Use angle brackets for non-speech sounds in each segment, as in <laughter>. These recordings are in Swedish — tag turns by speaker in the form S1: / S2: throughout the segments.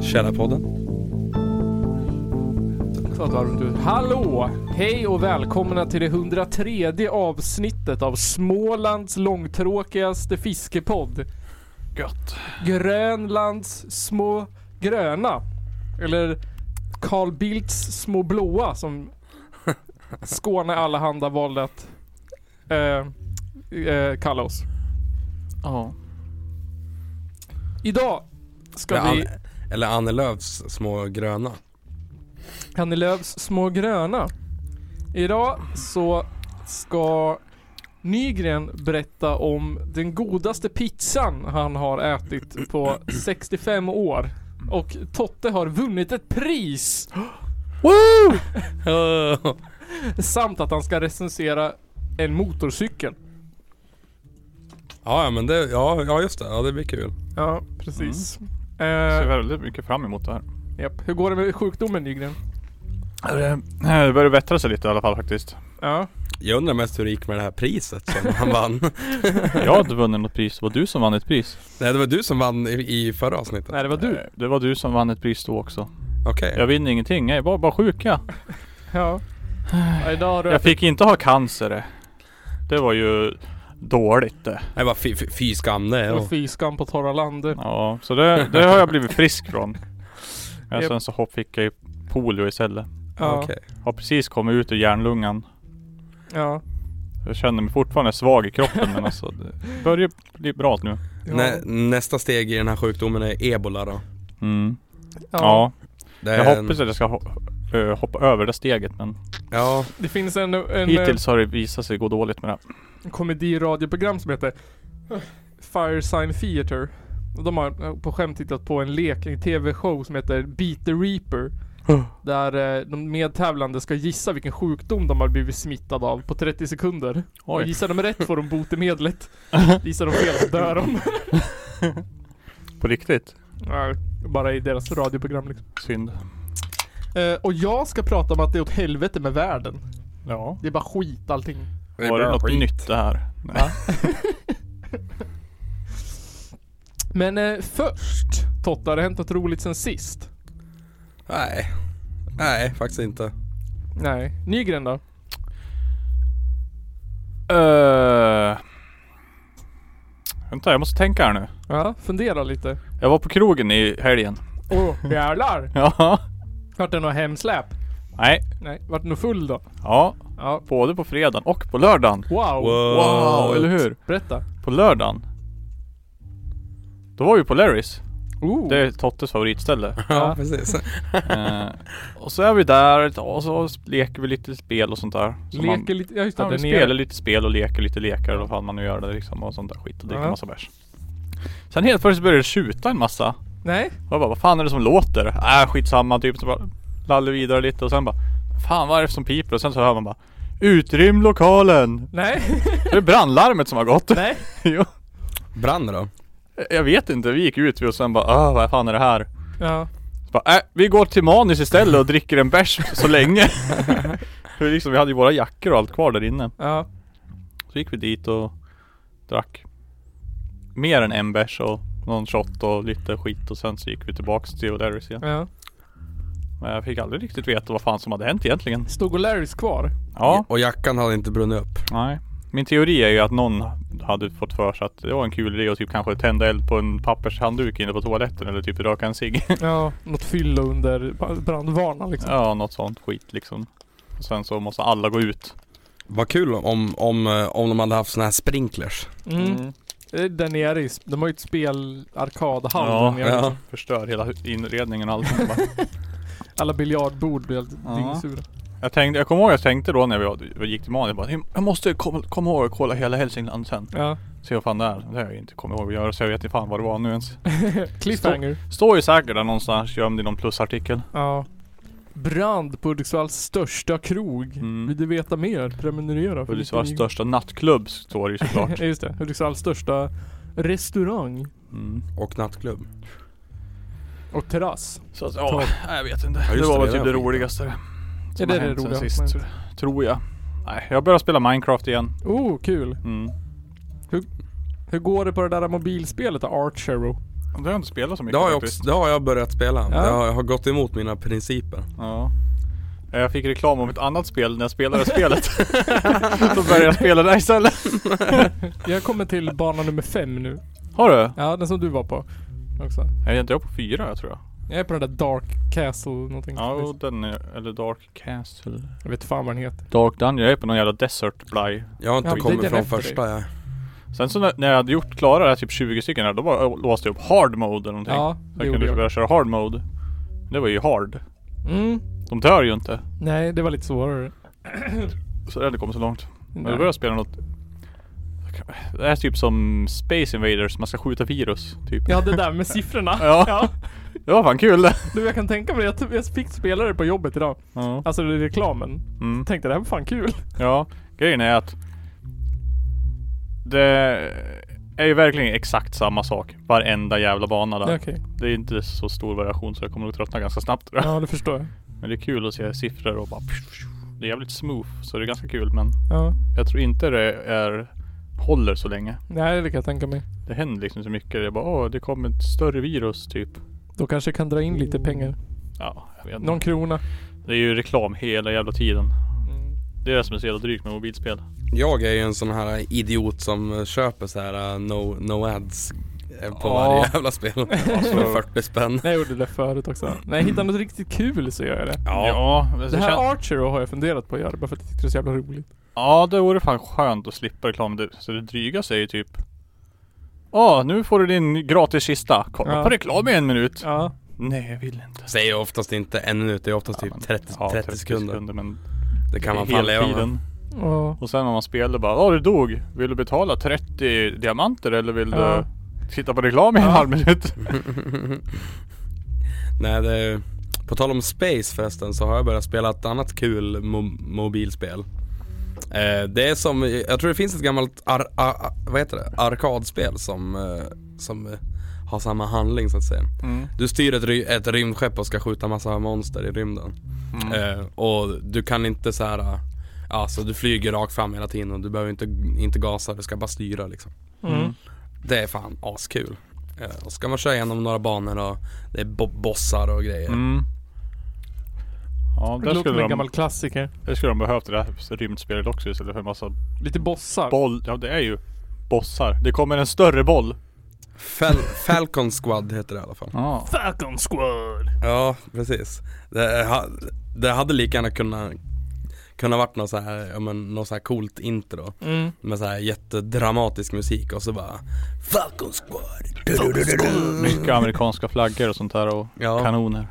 S1: Källarpodden.
S2: Så att varmt ut. Hallå! Hej och välkomna till det 103 avsnittet av Smålands långtråkigaste fiskepodd.
S1: Gött.
S2: Grönlands små gröna. Eller Carl Bildts små blåa som Skåne allehanda valde att eh, eh, kalla oss.
S3: Ja.
S2: Idag ska
S1: Eller,
S2: vi...
S1: Anne, eller Anne Lööfs små gröna.
S2: Annie Lööfs Små gröna. Idag så ska Nygren berätta om den godaste pizzan han har ätit på 65 år. Och Totte har vunnit ett pris!
S1: Woo!
S2: <laughs> Samt att han ska recensera en motorcykel.
S1: ja, ja, men det, ja, ja just det. Ja, det blir kul.
S2: Ja, precis.
S3: Ser
S2: Eh,
S3: väldigt mycket fram emot det här.
S2: japp. Hur går det med sjukdomen Nygren?
S3: eh, Det börjar bättra sig lite i alla fall faktiskt.
S2: Ja.
S1: Jag undrar mest hur det gick med det här priset som <laughs> han vann.
S3: <laughs> Jag hade vunnit något pris. Det var du som vann ett pris.
S1: Nej, det var du som vann i, i förra avsnittet.
S2: Nej, det var du.
S3: Det var du som vann ett pris då också.
S1: Okej.
S3: Jag vinner ingenting. Jag var bara sjuk ja.
S2: Ja. ja idag har du...
S3: Jag fick inte ha cancer. det. Det var ju dåligt det.
S1: Nej, bara fy, fy, fy skam det.
S2: Och
S1: Ja.
S2: fy skam på torra landet.
S3: Ja, så det, det har jag blivit frisk från. Men
S2: Japp.
S3: sen så hopp- fick jag ju polio istället.
S2: Ja.
S1: Okej.
S3: Har precis kommit ut ur hjärnlungan.
S2: Ja.
S3: Jag känner mig fortfarande svag i kroppen men alltså det börjar bli bra nu.
S2: Ja.
S1: Nä, nästa steg i den här sjukdomen är ebola då.
S3: Mm.
S2: ja.
S3: ja.
S1: Det är
S3: Jag
S1: en-
S3: hoppas att jag ska ho- eh, hoppa över det steget men
S1: Ja,
S2: Det finns en, en
S3: hittills har det visat sig gå dåligt med det.
S2: eh, komediradioprogram som heter eh, Fire Sign Theater. Och de har eh, på skämt tittat på en lek, en tv-show som heter Beat the Reaper. Där eh, de medtävlande ska gissa vilken sjukdom de har blivit smittade av på 30 sekunder. Och
S3: Oj,
S2: gissar de rätt får de
S3: <laughs>
S2: botemedlet. Gissar de fel så dör de.
S3: på riktigt?
S2: Ja, Bara i deras radioprogram liksom.
S3: Synd.
S2: Eh, och jag ska prata om att det är åt helvete med världen.
S3: Ja.
S2: Det är bara skit allting.
S3: Var det något nytt det här? Nej.
S2: Men eh, först Totta, har det hänt något roligt sen sist?
S1: Nej. Nej, faktiskt inte.
S2: Nej. Nygren då?
S3: Eh, vänta, jag måste tänka här nu.
S2: Ja, fundera lite.
S3: Jag var på krogen i helgen. <laughs>
S2: Åh, oh, jävlar!
S3: Ja.
S2: Vart det något hemsläp?
S3: Nej.
S2: Nej, vart det något full då?
S3: Ja,
S2: Ja.
S3: både på fredagen och på lördagen.
S2: Wow.
S1: Wow.
S3: Wow, eller hur?
S2: Berätta.
S3: På lördagen. Då var vi på Larrys.
S2: Ooh.
S3: Det är Tottes favoritställe.
S1: Ja,
S2: Ja.
S1: precis.
S3: Eh, och så är vi där och så leker vi lite spel och sånt där. Som man-
S2: Leker lite, ja just det,
S3: Ja, vi
S2: där
S3: spelar
S2: nere.
S3: lite spel och leker lite lekar eller vad fan man nu gör det liksom och sånt där skit och dricker
S2: Ja.
S3: massa bärs. Sen helt plötsligt började det tjuta en massa.
S2: Nej?
S3: Och jag bara, vad fan är det som låter? Äh skitsamma typ. Så bara lallar vi vidare lite och sen bara, fan vad är det som piper? Och sen så hör man bara, utrym lokalen!
S2: Nej? <laughs>
S3: Det är brandlarmet som har gått. <laughs>
S2: Nej?
S3: Jo.
S1: Brann det då?
S3: jag vet inte, vi gick ut vi och sen bara, ah vad fan är det här?
S2: Ja.
S3: Så bara, äh, vi går till Manis istället och dricker en bärs så länge. För liksom, vi hade ju våra jackor och allt kvar där inne.
S2: Ja.
S3: Så gick vi dit och drack mer än en bärs och någon shot och lite skit och sen så gick vi tillbaks till O'Larrys igen.
S2: Ja.
S3: Men jag fick aldrig riktigt veta vad fan som hade hänt egentligen.
S2: Stod och Larrys kvar?
S3: Ja,
S1: Och jackan hade inte brunnit upp.
S3: nej. Min teori är ju att någon hade fått för sig att det var en kul idé att typ kanske tända eld på en pappershandduk inne på toaletten eller typ röka en cigg.
S2: <laughs>
S3: <laughs>
S2: Ja. Något fyllo under ba- brandvarnaren liksom.
S3: ja, något sånt skit liksom. Och sen så måste alla gå ut.
S1: Vad kul om, om, eh, om de hade haft såna här sprinklers.
S2: Mm. Det är Där nere i, sp- de har ju ett spelarkadhall
S3: Ja,
S2: där nere.
S1: Ja.
S3: Förstör hela hu- inredningen och allting
S2: <laughs>
S3: bara.
S2: Alla biljardbord blir helt
S3: Ja.
S2: dyngsura.
S3: Jag tänkte, jag kommer ihåg jag tänkte då när vi var- vi gick till Mali, jag bara, jag måste komma, komma ihåg att kolla hela Hälsingland sen.
S2: Ja.
S3: Se vad fan det är. Det har jag inte kommit ihåg att göra så jag vet inte fan vad det var nu ens.
S2: Cliffhanger.
S3: Står ju säkert där någonstans gömd i någon plusartikel.
S2: Ja. Brand på Hudiksvalls största krog.
S3: Mm.
S2: Vill du veta mer? Prenumerera. för
S3: Hudiksvalls
S2: lite ny-
S3: liksom största nattklubb står det ju såklart.
S2: <laughs> Ja, Just det. Hudiksvalls största restaurang.
S3: Mm.
S1: Och nattklubb.
S2: Och terrass.
S3: Så att, ja, nej, jag vet inte.
S1: Ja,
S3: det
S1: just
S3: var
S1: det,
S3: väl
S1: det
S3: typ
S1: där
S3: det
S1: skiten.
S3: roligaste.
S2: Ja,
S3: Som
S2: det
S3: har
S2: är det
S3: hänt sen
S2: roliga.
S3: sist. Mm. Tror jag. Nej, jag börjar spela Minecraft igen.
S2: Oh, kul.
S3: Mm.
S2: Oh, Hur går det på det där mobilspelet då, Archero?
S3: Det har jag inte spelat så mycket
S1: Det har jag,
S3: faktiskt.
S1: också, det har jag börjat spela.
S2: Ja.
S1: Jag, har, jag har gått emot mina principer.
S3: Ja. Eh, Jag fick reklam om ett annat spel när jag spelade spelet. <laughs> Då började jag spela det istället.
S2: Jag kommer till bana nummer fem nu.
S3: Har du?
S2: Ja, den som du var på. Också.
S3: Jag är inte jag på fyra jag tror jag.
S2: Jag är på den där Dark Castle någonting.
S3: Ja, och den är, eller Dark Castle.
S2: Jag vet fan vad den heter.
S3: Dark Dungeon. Jag är på någon jävla Desert Bly.
S1: Jag har inte
S2: Ja, det är
S1: kommit
S2: den
S1: från
S2: efter dig.
S1: första jag.
S3: Sen så när när jag hade gjort klara det här typ 20 stycken här, då bara jag låste jag upp Hard Mode eller någonting.
S2: Ja,
S3: så
S2: det
S3: jag
S2: gjorde
S3: kunde
S2: jag.
S3: börja köra Hard Mode. Det var ju Hard.
S2: Mm.
S3: De dör ju inte.
S2: Nej, det var lite svårare.
S3: Så det hade kommit så långt. Men
S2: Nej.
S3: då började jag spela något Det här är typ som Space Invaders, man ska skjuta virus typ.
S2: Ja, det där med siffrorna.
S3: Ja. Det var fan kul det.
S2: Du, jag kan tänka mig det. Jag- Jag fick spela det på jobbet idag.
S3: Ja.
S2: Alltså det är reklamen.
S3: Mm.
S2: Tänkte det här var fan kul.
S3: ja, grejen är att Det är ju verkligen exakt samma sak varenda jävla bana där.
S2: okej.
S3: Det är inte så stor variation så jag kommer nog tröttna ganska snabbt tror jag.
S2: Ja, det förstår jag.
S3: Men det är kul att se siffror och bara Det är jävligt smooth så det är ganska kul men
S2: Ja.
S3: Jag tror inte det är Håller så länge.
S2: Nej, det kan jag tänka mig.
S3: Det händer liksom så mycket. Det är bara åh det kom ett större virus typ.
S2: Då kanske jag kan dra in lite pengar.
S3: Ja, jag vet inte.
S2: Någon krona.
S3: Det är ju reklam hela jävla tiden.
S2: Mm.
S3: Det är det som är så jävla drygt med mobilspel.
S1: Jag är ju en sån här idiot som eh, köper så här eh, no, no ads eh, på
S3: Ja.
S1: varje jävla spel.
S3: Alltså-
S1: För 40 spänn.
S2: Nej, jag gjorde det förut också. När jag hittar något riktigt kul så gör jag det.
S1: Ja.
S3: men det
S2: Det här
S3: kän-
S2: Archer har jag funderat på att göra bara för att jag tyckte det var så jävla roligt.
S3: ja det vore fan skönt att slippa reklam. Det- Så det dryga säger typ Ja, nu får du din gratis kista. Kolla
S2: Ja.
S3: på reklam i en minut.
S2: Ja.
S3: Nej, jag vill inte.
S1: Säger jag oftast inte en minut, det är oftast typ 30,
S3: Ja,
S1: 30 sekunder.
S3: men
S1: Det kan man
S3: hela
S1: fan leva med.
S3: tiden.
S2: Och,
S3: Och sen när man spelar bara, ja du dog. Vill du betala 30 diamanter eller vill
S2: Ja.
S3: du titta på reklam i en
S2: Ja.
S3: halv minut?
S1: <laughs> Nej, det är... På tal om space förresten så har jag börjat spela ett annat kul mo- mobilspel. Eh, det är som, jag tror det finns ett gammalt ar- a- vad heter det? arkadspel som, eh, som eh, har samma handling så att säga.
S3: Mm.
S1: Du styr ett, ry- ett rymdskepp och ska skjuta massa monster i rymden.
S3: Mm.
S1: Eh, och du kan inte så här. eh, Ja, så du flyger rakt fram hela tiden och du behöver inte, inte gasa, du ska bara styra liksom.
S2: mm.
S1: Det är fan askul. Eh, och ska man köra igenom några banor och det är bo- bossar och grejer.
S3: Mm. Ja,
S2: Det låter
S3: där
S2: som
S3: skulle,
S2: en
S3: de,
S2: gammal klassiker.
S3: där skulle de behövt det där rymdspelet också istället för en massa
S2: Lite bossar.
S3: boll. Ja, det är ju bossar. Det kommer en större boll.
S1: Fal- Falcon Squad heter det i alla fall.
S3: Ja.
S2: Falcon Squad!
S1: Ja, precis. Det, eh, ha, det hade lika gärna kunnat kunna varit något så här, ja men något så här coolt intro
S2: Mm.
S1: med så här jättedramatisk musik och så bara Falcon Squad!
S3: Mycket amerikanska flaggor och sånt där och
S1: Ja.
S3: kanoner.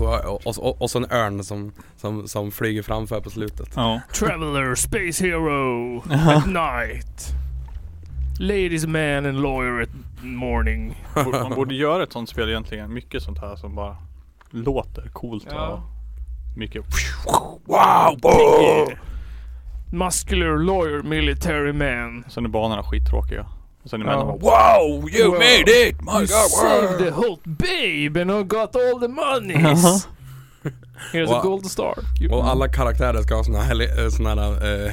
S1: Och, och, och, och så en örn som, som, som flyger framför på slutet.
S3: Ja.
S2: Traveler, Space Hero, at night. Ladies man and lawyer at morning.
S3: Man borde göra ett sånt spel egentligen. Mycket sånt här som bara låter coolt
S2: Ja.
S3: och mycket.
S1: Wow! boom!
S2: Muscular lawyer, military man.
S3: Sen är banorna skittråkiga. Och sen är
S2: Ja.
S3: männen bara
S1: Wow! You
S2: Wow.
S1: made it! My
S2: You
S1: God!
S2: saved the
S1: wow.
S2: whole babe and I got all the monies. <laughs> Here's a
S1: Och-
S2: gold star.
S1: Och alla karaktärer ska ha såna här, heli- eh, såna här eh,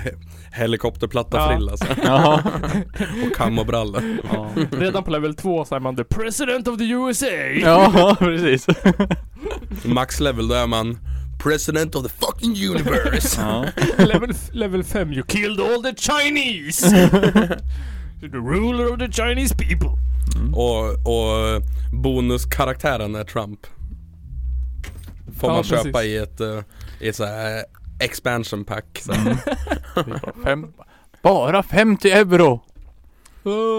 S1: helikopterplatta-frilla så här.
S3: Ja.
S1: <laughs> och kammobrallor.
S3: Ja.
S2: Redan på <laughs> level 2 så är
S3: <laughs>
S2: man typ the president of the USA.
S3: ja, <laughs> precis.
S1: Max level, då är man President of the fucking universe.
S3: Ja.
S2: level, f- level 5, you killed all the Chinese. <laughs> You're the ruler of the Chinese people.
S1: och, och bonuskaraktären är Trump. Får
S2: Ja,
S1: man
S2: precis.
S1: köpa i ett, eh, i ett så här expansion pack. Så. här.
S3: Fem, bara 50 euro!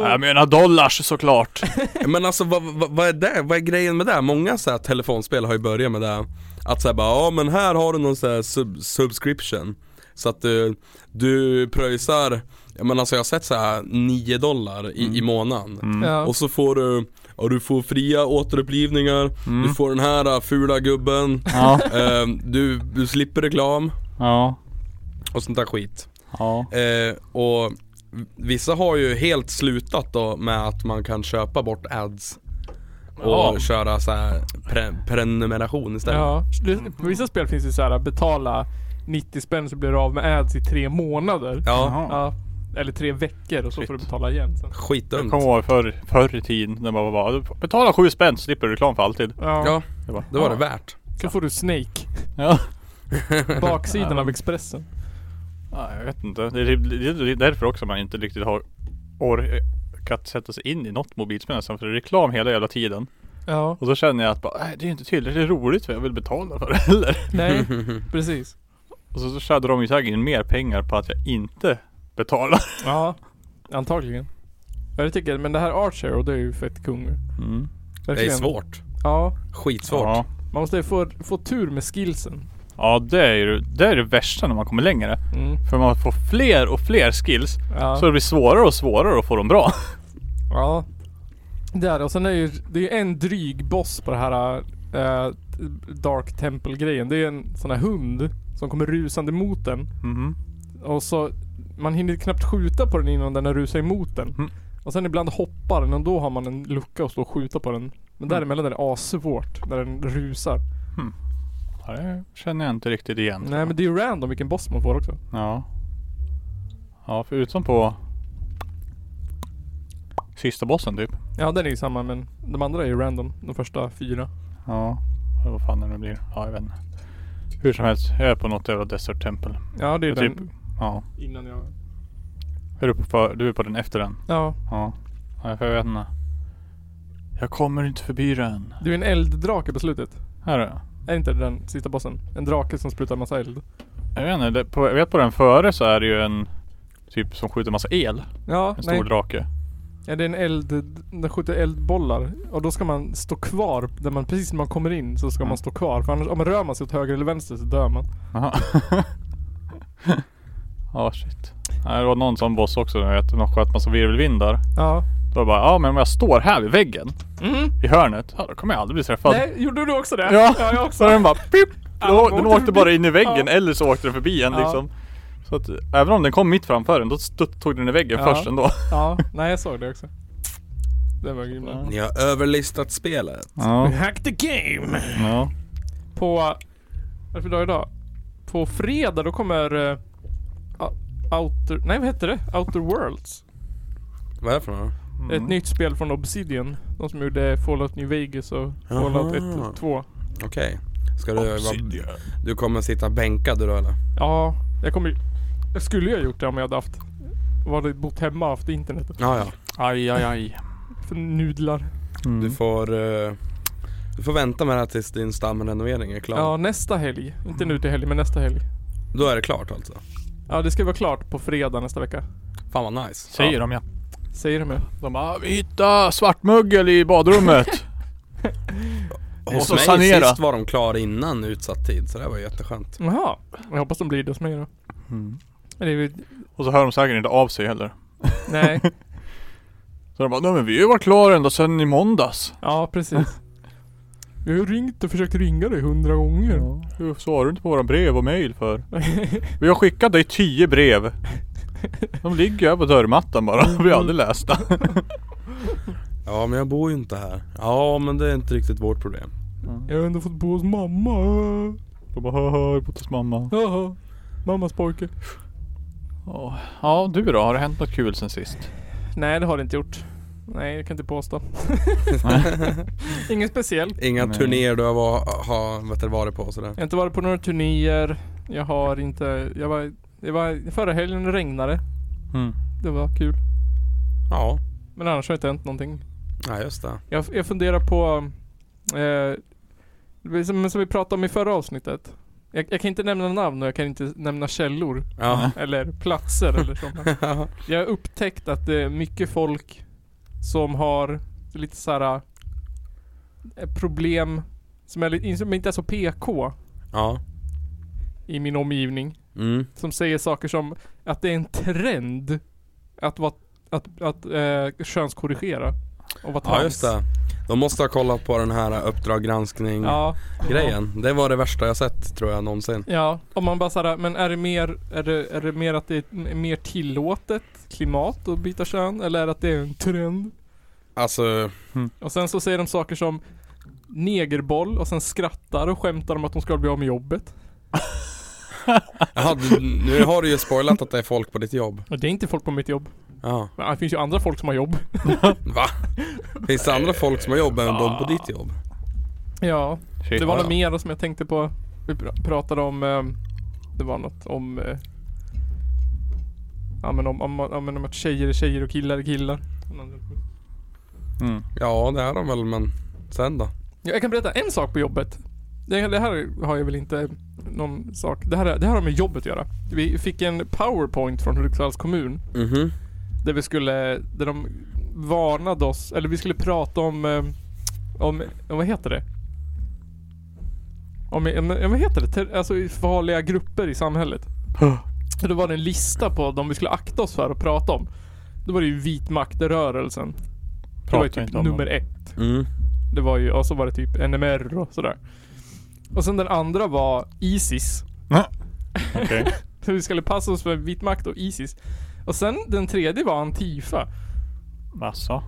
S3: Jag menar dollars såklart.
S1: Men alltså vad, vad, vad är det? Vad är grejen med det? Många så här telefonspel har ju börjat med det. Att säga bara, ja men här har du någon så här sub- subscription. Så att du, du pröjsar, ja, men alltså jag har sett så här 9 dollar i, i månaden.
S2: Mm.
S3: Mm.
S2: Ja.
S1: Och så får du, ja, du får fria återupplivningar, du får den här äh, fula gubben,
S3: Ja.
S1: eh, du, du slipper reklam
S3: Ja.
S1: och sånt där skit.
S3: Ja.
S1: Eh, och vissa har ju helt slutat då med att man kan köpa bort ads och
S3: Ja.
S1: köra så här pre- prenumeration istället.
S2: Ja, det- på vissa spel finns det så här betala 90 spänn så blir du av med ads i tre månader.
S1: Ja.
S3: Jaha.
S2: Ja. eller tre veckor och så får du
S3: Shit.
S2: betala igen sen.
S3: Jag
S1: Skitdumt.
S3: kommer ihåg förr, förr i tiden när man bara Betala sju spänn, slipper reklam för alltid.
S2: Ja,
S1: Ja,
S3: Jag bara,
S1: det var det värt.
S2: så får du Snake.
S3: Ja.
S2: Baksidan av Expressen.
S3: Ja, jag vet inte. Det är, det är- det är därför också man inte riktigt har orkat sätta sig in i något mobilspel nästan. För det är reklam hela jävla tiden.
S2: Ja,
S3: Och så känner jag att bara, "Nej, det är inte tillräckligt roligt för jag vill betala för det heller.
S2: nej, precis.
S3: Och så, så tjänade de ju säkert in mer pengar på att jag inte betalar.
S2: Ja, antagligen. Ja, det tycker jag. Men det här Archer, och det är ju fett kung.
S3: Mm.
S1: Det är
S2: Verkligen.
S1: svårt.
S2: Ja,
S1: Skitsvårt.
S3: Ja.
S2: man måste ju få, få tur med skillsen.
S3: ja, det är ju det, är det värsta när man kommer längre.
S2: Mm.
S3: För man får fler och fler skills.
S2: Ja.
S3: Så det blir svårare och svårare att få dem bra.
S2: Ja. Där och sen är ju, det är ju en dryg boss på det här eh, Dark Temple grejen. Det är en sån här hund som kommer rusande mot den.
S3: Mhm.
S2: Och så man hinner knappt skjuta på den innan den har rusat emot den.
S3: Mm.
S2: Och sen ibland hoppar den och då har man en lucka att stå och skjuta på den.
S3: Mm.
S2: Men däremellan är det assvårt när den rusar.
S3: Ja, det känner jag inte riktigt igen.
S2: Nej men det är ju random vilken boss man får också.
S3: Ja. Ja, förutom på sista bossen typ.
S2: Ja den är ju samma men de andra är ju random. De första fyra.
S3: Ja, eller vad fan det nu blir. Ja, jag vet inte. Hur som helst, jag är på något jävla Desert Temple.
S2: Ja det är
S3: Ja,
S2: den.
S3: typ. Ja.
S2: Innan jag...
S3: Är du, på för, du är på den efter den?
S2: Ja.
S3: Ja. ja för jag vet inte. Jag kommer inte förbi den.
S2: Du är en elddrake på slutet.
S3: Här är
S2: Är inte det den sista bossen? En drake som sprutar massa eld?
S3: jag. vet inte, det, på, jag vet på den före så är det ju en typ som skjuter massa el.
S2: Ja,
S3: En stor
S2: nej.
S3: drake.
S2: Ja, det är en eld... Den skjuter eldbollar. Och då ska man stå kvar där man, precis när man kommer in så ska
S3: Mm.
S2: man stå kvar. För annars, om man rör man sig åt höger eller vänster så dör man.
S3: Jaha. <laughs> Ja shit. Nej, det var någon sån boss också. Jag vet, de sköt massa virvelvindar.
S2: Ja.
S3: Då bara, ja men om jag står här vid väggen
S2: Mm.
S3: i hörnet, ja, då kommer jag aldrig bli träffad.
S2: Nej, gjorde du också det?
S3: Ja.
S2: ja jag
S3: Så
S2: också.
S3: den bara pip! Den,
S2: Ja,
S3: å-
S2: de
S3: den
S2: åkte
S3: åkte bara in i väggen
S2: Ja.
S3: eller så åkte den förbi en
S2: Ja.
S3: liksom. Så att eh, även om den kom mitt framför en, då stött, tog den i väggen
S2: Ja.
S3: först ändå.
S2: Ja, nej jag såg det också. Det var grymt.
S3: Ja.
S1: Ni har överlistat spelet.
S3: Ja.
S2: Hack the game!
S3: ja.
S2: På... Vad är det för dag idag? På fredag då kommer... eh, Out- Outer... Nej vad heter det? Outer Worlds.
S1: Vad är det för något?
S2: Ett
S3: Mm.
S2: nytt spel från Obsidian. De som gjorde Fallout New Vegas och Fallout 1
S1: Aha.
S2: och 2.
S1: Okej. Ska du vara... Du kommer sitta bänkad du då eller?
S2: Ja, jag kommer ju- Jag skulle ju ha gjort det om jag hade haft... Var bott hemma och haft internet.
S1: Ja, ja.
S3: Aj aj aj.
S2: För nudlar.
S3: Mm.
S1: Du får... eh, du får vänta med det här tills din stamrenovering är klar.
S2: Ja, nästa helg. Inte nu till helg, men nästa helg.
S1: Då är det klart alltså.
S2: Ja, det ska vara klart på fredag nästa vecka.
S1: Fan vad nice.
S3: Säger de ja.
S2: Säger de ju.
S3: De bara, vi hittade svartmögel
S2: <laughs>
S3: i badrummet.
S1: Ja.
S3: Och
S1: Hos
S3: så
S1: mig
S3: sanera.
S1: sist var de klara innan utsatt tid så det var jätteskönt.
S2: Jaha. Jag hoppas de blir det hos mig då. Men det är ju...
S3: Och så hör de säkert inte av sig heller.
S2: Nej.
S3: Så de bara, nej men vi har ju varit klara ända sedan i måndags.
S2: Ja, precis. Jag har ju ringt och försökt ringa dig hundra gånger.
S3: Hur svarar du inte på våra brev och mail för? Vi har skickat dig tio brev. De ligger här på dörrmattan bara. <laughs> Vi har aldrig läst dem.
S1: Ja men jag bor ju inte här. Ja men det är inte riktigt vårt problem.
S2: <laughs> Jag har ändå fått bo hos mamma.
S3: De bara, haha, jag har bott hos mamma.
S2: Jaha. Mammas pojke.
S3: Ja. Ja, du då? Har det hänt något kul sen sist?
S2: Nej, det har det inte gjort. Nej, jag kan inte påstå. Inget speciellt.
S1: Inga
S3: Nej.
S1: turnéer du har var, ha, vet du, varit på och sådär.
S2: Jag har inte varit på några turnéer. Jag har inte... Jag var... Det var förra helgen regnade.
S3: Mm.
S2: Det var kul.
S1: Ja,
S2: Men annars har det inte hänt någonting.
S1: ja just det.
S2: Jag, jag funderar på... Eh, det är som, som vi pratade om i förra avsnittet. Jag, jag kan inte nämna namn och jag kan inte nämna källor.
S1: Ja.
S2: Eller platser eller sånt. Jag har upptäckt att det är mycket folk som har lite så här eh, problem som, är, lite- som inte är så PK
S1: <laughs> ja.
S2: i min omgivning.
S1: Mm.
S2: Som säger saker som att det är en trend att, vara, att, att eh, könskorrigera. Och vara trans.
S1: Ja just det. De måste ha kollat på den här Uppdrag granskning
S2: Ja.
S1: grejen. Det var det värsta jag sett tror jag någonsin.
S2: Ja, om man bara såhär, men är det mer, är det, är det mer att det är ett m- mer tillåtet klimat att byta kön? Eller är det att det är en trend?
S1: Alltså,
S2: Och sen så säger de saker som negerboll och sen skrattar och skämtar om att de ska bli av med jobbet.
S1: Jaha, du, nu har du ju spoilat att det är folk på ditt jobb.
S2: Och Det är inte folk på mitt jobb.
S1: Ja.
S2: Men det finns ju andra folk som har jobb.
S1: Va? Finns det andra folk som har jobb än de på ditt jobb?
S2: Ja.
S3: Shit.
S2: Det var
S1: Ja,
S2: något mer som jag tänkte på. Vi pr- pratade om... eh, Det var något om... eh, Ja men om, om, ja, men om att tjejer är tjejer och killar är killar.
S3: Mm.
S1: Ja det är de väl men sen då?
S2: Ja, Jag kan berätta en sak på jobbet. Det, det här har jag väl inte någon sak. Det här, det här har med jobbet att göra. Vi fick en powerpoint från Hudiksvalls kommun.
S1: Mhm.
S2: Där vi skulle, där de varnade oss, eller vi skulle prata om, eh, om, om vad heter det? Om, om ja, vad heter det? Ter, alltså i farliga grupper i samhället. Och Då var det en lista på de vi skulle akta oss för att prata om. Då var det ju vitmaktrörelsen. Det var ju
S3: Pratar
S2: typ
S3: inte om
S2: nummer
S3: dem.
S2: ett.
S1: Mm.
S2: Det var ju, och så var det typ NMR och sådär. Och sen den andra var Isis.
S3: Okej.
S2: Så vi skulle passa oss för vit makt och Isis. Och sen den tredje var Antifa.
S3: Alltså.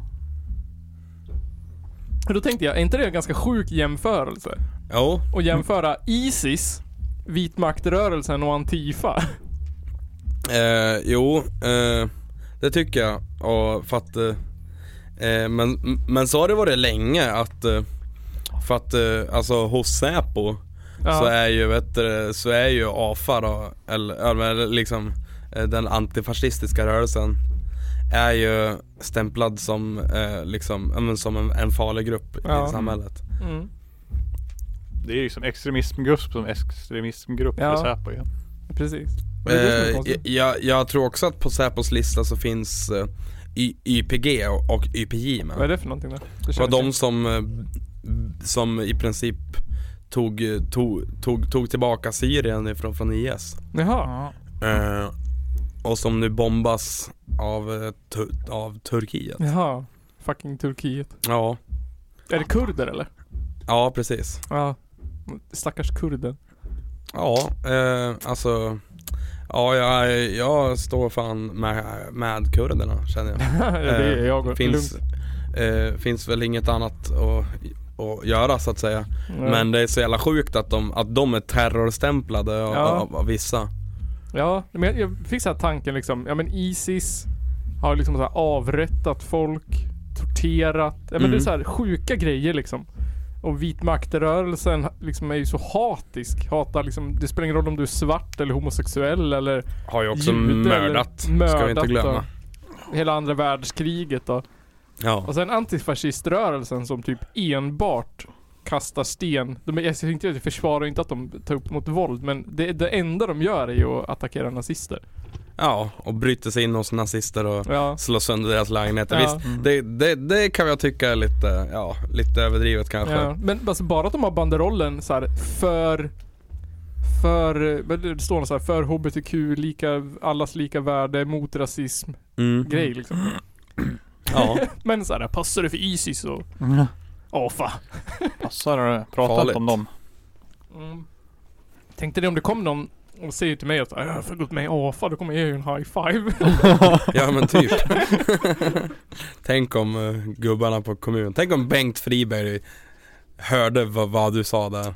S2: Och då tänkte jag, är inte det en ganska sjuk jämförelse?
S1: Jo.
S2: Att jämföra Isis, vit maktrörelsen och Antifa.
S1: Eh, jo, eh, det tycker jag. Och för att, eh, eh, men, men så har det varit länge att eh, för att eh, alltså hos Säpo så
S2: Ja,
S1: är ju vet du, så är ju AFA då, eller, eller liksom eh, den antifascistiska rörelsen är ju stämplad som eh, liksom, ja, men som en, en farlig grupp
S2: Ja.
S1: i samhället.
S2: mm.
S3: Det är ju liksom extremismgrupp som extremismgrupp
S2: Ja.
S3: för Säpo Mm. igen.
S2: precis. Men det är det som är
S1: Eh,
S2: konstigt.
S1: jag, jag tror också att på Säpos lista så finns eh, Y- YPG och- och YPJ med.
S2: Vad är det för någonting då? Det
S1: Det var
S2: känns
S1: de
S2: ju-
S1: som, eh, som i princip tog, tog, tog, tog tillbaka Syrien ifrån från IS.
S2: Jaha.
S1: Eh, och som nu bombas av, eh, tu- av Turkiet.
S2: Jaha. Fucking Turkiet.
S1: Ja,
S2: Är det kurder eller?
S1: ja precis.
S2: Ja. Stackars kurder. <laughs>
S1: Ja, eh, alltså Ja, jag, jag står fan med, med kurderna känner jag. Eh,
S2: ja, det är jag.
S1: finns, eh, finns väl inget annat att, att göra så att säga.
S2: Lugnt. Ja.
S1: Men det är så jävla sjukt att de, att de är terrorstämplade av,
S2: Ja.
S1: av, av vissa.
S2: Ja, men jag, jag fick så här tanken liksom. Ja men Isis har liksom så här avrättat folk, torterat. Ja, men Det är
S1: Mm.
S2: så här sjuka grejer liksom. Och vitmaktrörelsen liksom är ju så hatisk. Hatar liksom, det spelar ingen roll om du är svart eller homosexuell eller
S1: Har ju också
S2: jude eller
S1: mördat, ska vi inte glömma.
S2: och Hela andra världskriget då.
S1: Ja.
S2: Och sen antifasciströrelsen som typ enbart kastar sten. De, är- jag ser inte, jag försvarar inte att de tar upp mot våld men det, det enda de gör är ju att attackera nazister.
S1: ja, och bryter sig in hos nazister och
S2: Ja.
S1: slår sönder deras lägenheter.
S2: Ja.
S1: Visst, det, det, det kan jag tycka är lite, ja, lite överdrivet kanske.
S2: Ja, men alltså bara att de har banderollen så här för för, eh, vad är det det står något så här, för HBTQ, lika, allas lika värde, mot rasism,
S1: Mm.
S2: grej liksom.
S1: Ja.
S2: Men så här, passar det för Isis och AFA?
S3: Mm. Passar det? Pratat
S1: Farligt.
S3: om dem.
S2: Mm. Tänkte det om det kom någon och säger till mig att "Ah, jag har gått med i AFA, då kommer jag ge en high five.
S1: ja men
S2: <laughs>
S1: typ. Tänk om eh, gubbarna på kommunen, tänk om Bengt Friberg hörde vad, vad du sa där.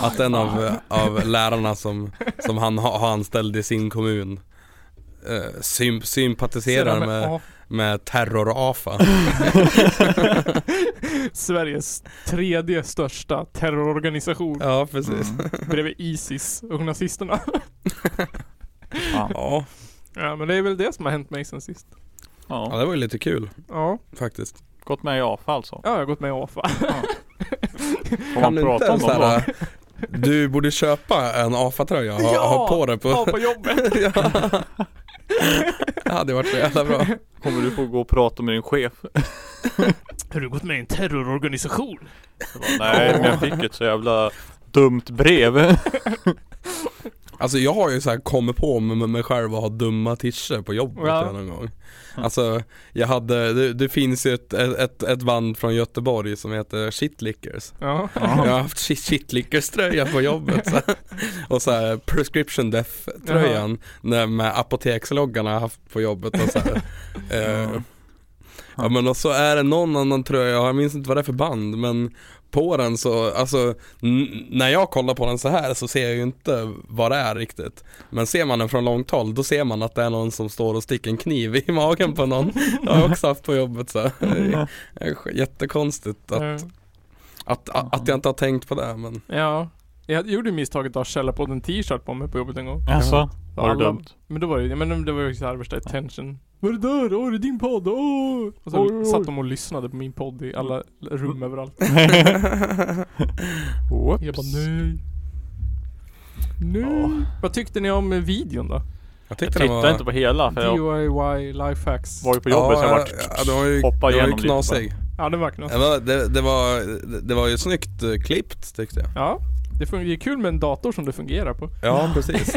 S1: Att en av, eh, av lärarna som, som han ha- har anställd i sin kommun eh, symp- sympatiserar
S2: Sedan
S1: med,
S2: A- <laughs>
S1: med terror-AFA.
S2: Sveriges tredje största terrororganisation
S1: Ja precis.
S2: Mm.
S3: Mm.
S2: bredvid Isis och nazisterna.
S3: Fan.
S1: Ja.
S2: Ja men det är väl det som har hänt mig sen sist.
S1: ja,
S3: Ja.
S1: det var ju lite kul
S2: Ja,
S1: faktiskt.
S3: Gått med i AFA alltså.
S2: ja jag har gått med i AFA.
S3: Får man prata om dem då?
S1: såhär, du borde köpa en AFA-tröja och ha-
S2: Ja!
S1: ha på dig på...
S2: Ja, på jobbet.
S1: <laughs> ja. det hade varit så jävla bra.
S3: Kommer du få gå och prata med din chef?
S2: Har du gått med i en terrororganisation?
S3: Jag bara, Nej men jag fick ett så jävla dumt brev.
S1: Alltså jag har ju så här kommit på med med mig själv att ha dumma t-shirts på jobbet
S2: Ja.
S1: ja. någon gång Alltså jag hade, det, det finns ju ett, ett, ett band från Göteborg som heter Shitlickers
S2: Ja.
S3: <laughs>
S1: Jag har haft shit- Shitlickers tröja på jobbet så. Och så här prescription death tröjan när med apoteksloggan har jag haft på jobbet och så här. Eh, Ja men och så är det någon annan tröja, jag minns inte vad det är för band men på den så, alltså n- när jag kollar på den så här så ser jag ju inte vad det är riktigt. Men ser man den från långt håll då ser man att det är någon som står och sticker en kniv i <laughs> magen på någon. Det har jag också haft på jobbet så. här. Det är Jättekonstigt att,
S2: Mm.
S1: att, att, att jag inte har tänkt på det
S2: <laughs>
S1: men <laughs>
S2: Ja. Jag gjorde misstaget att ha Källarpodden t-shirt på mig på jobbet en gång.
S3: Alltså, var det
S2: Alla-
S3: dumt?
S2: Men då var det, ja, men det var ju såhär värsta attention. Vad är det där? Åh, det är din podd? Åh! Och så
S3: Oj, Mm. oj.
S2: satt de och lyssnade på min podd i alla rum överallt. Jag bara nej. Nej.
S3: Ja.
S2: Vad tyckte ni om eh, videon då?
S1: jag
S3: Jag
S1: tyckte den
S3: tittade
S1: var
S3: inte på hela för jag
S2: DIY lifehacks.
S3: var ju på jobbet så jag vart
S1: ja, det var ju,
S3: hoppa
S1: det var ju
S3: igenom lite bara.
S1: knasig.
S2: Ja, det var knasigt.
S1: Det var, det, det, var, det- det var ju snyggt eh, klippt tyckte jag.
S2: Ja. Det fungerar ju kul med en dator som det fungerar på.
S1: Ja, precis.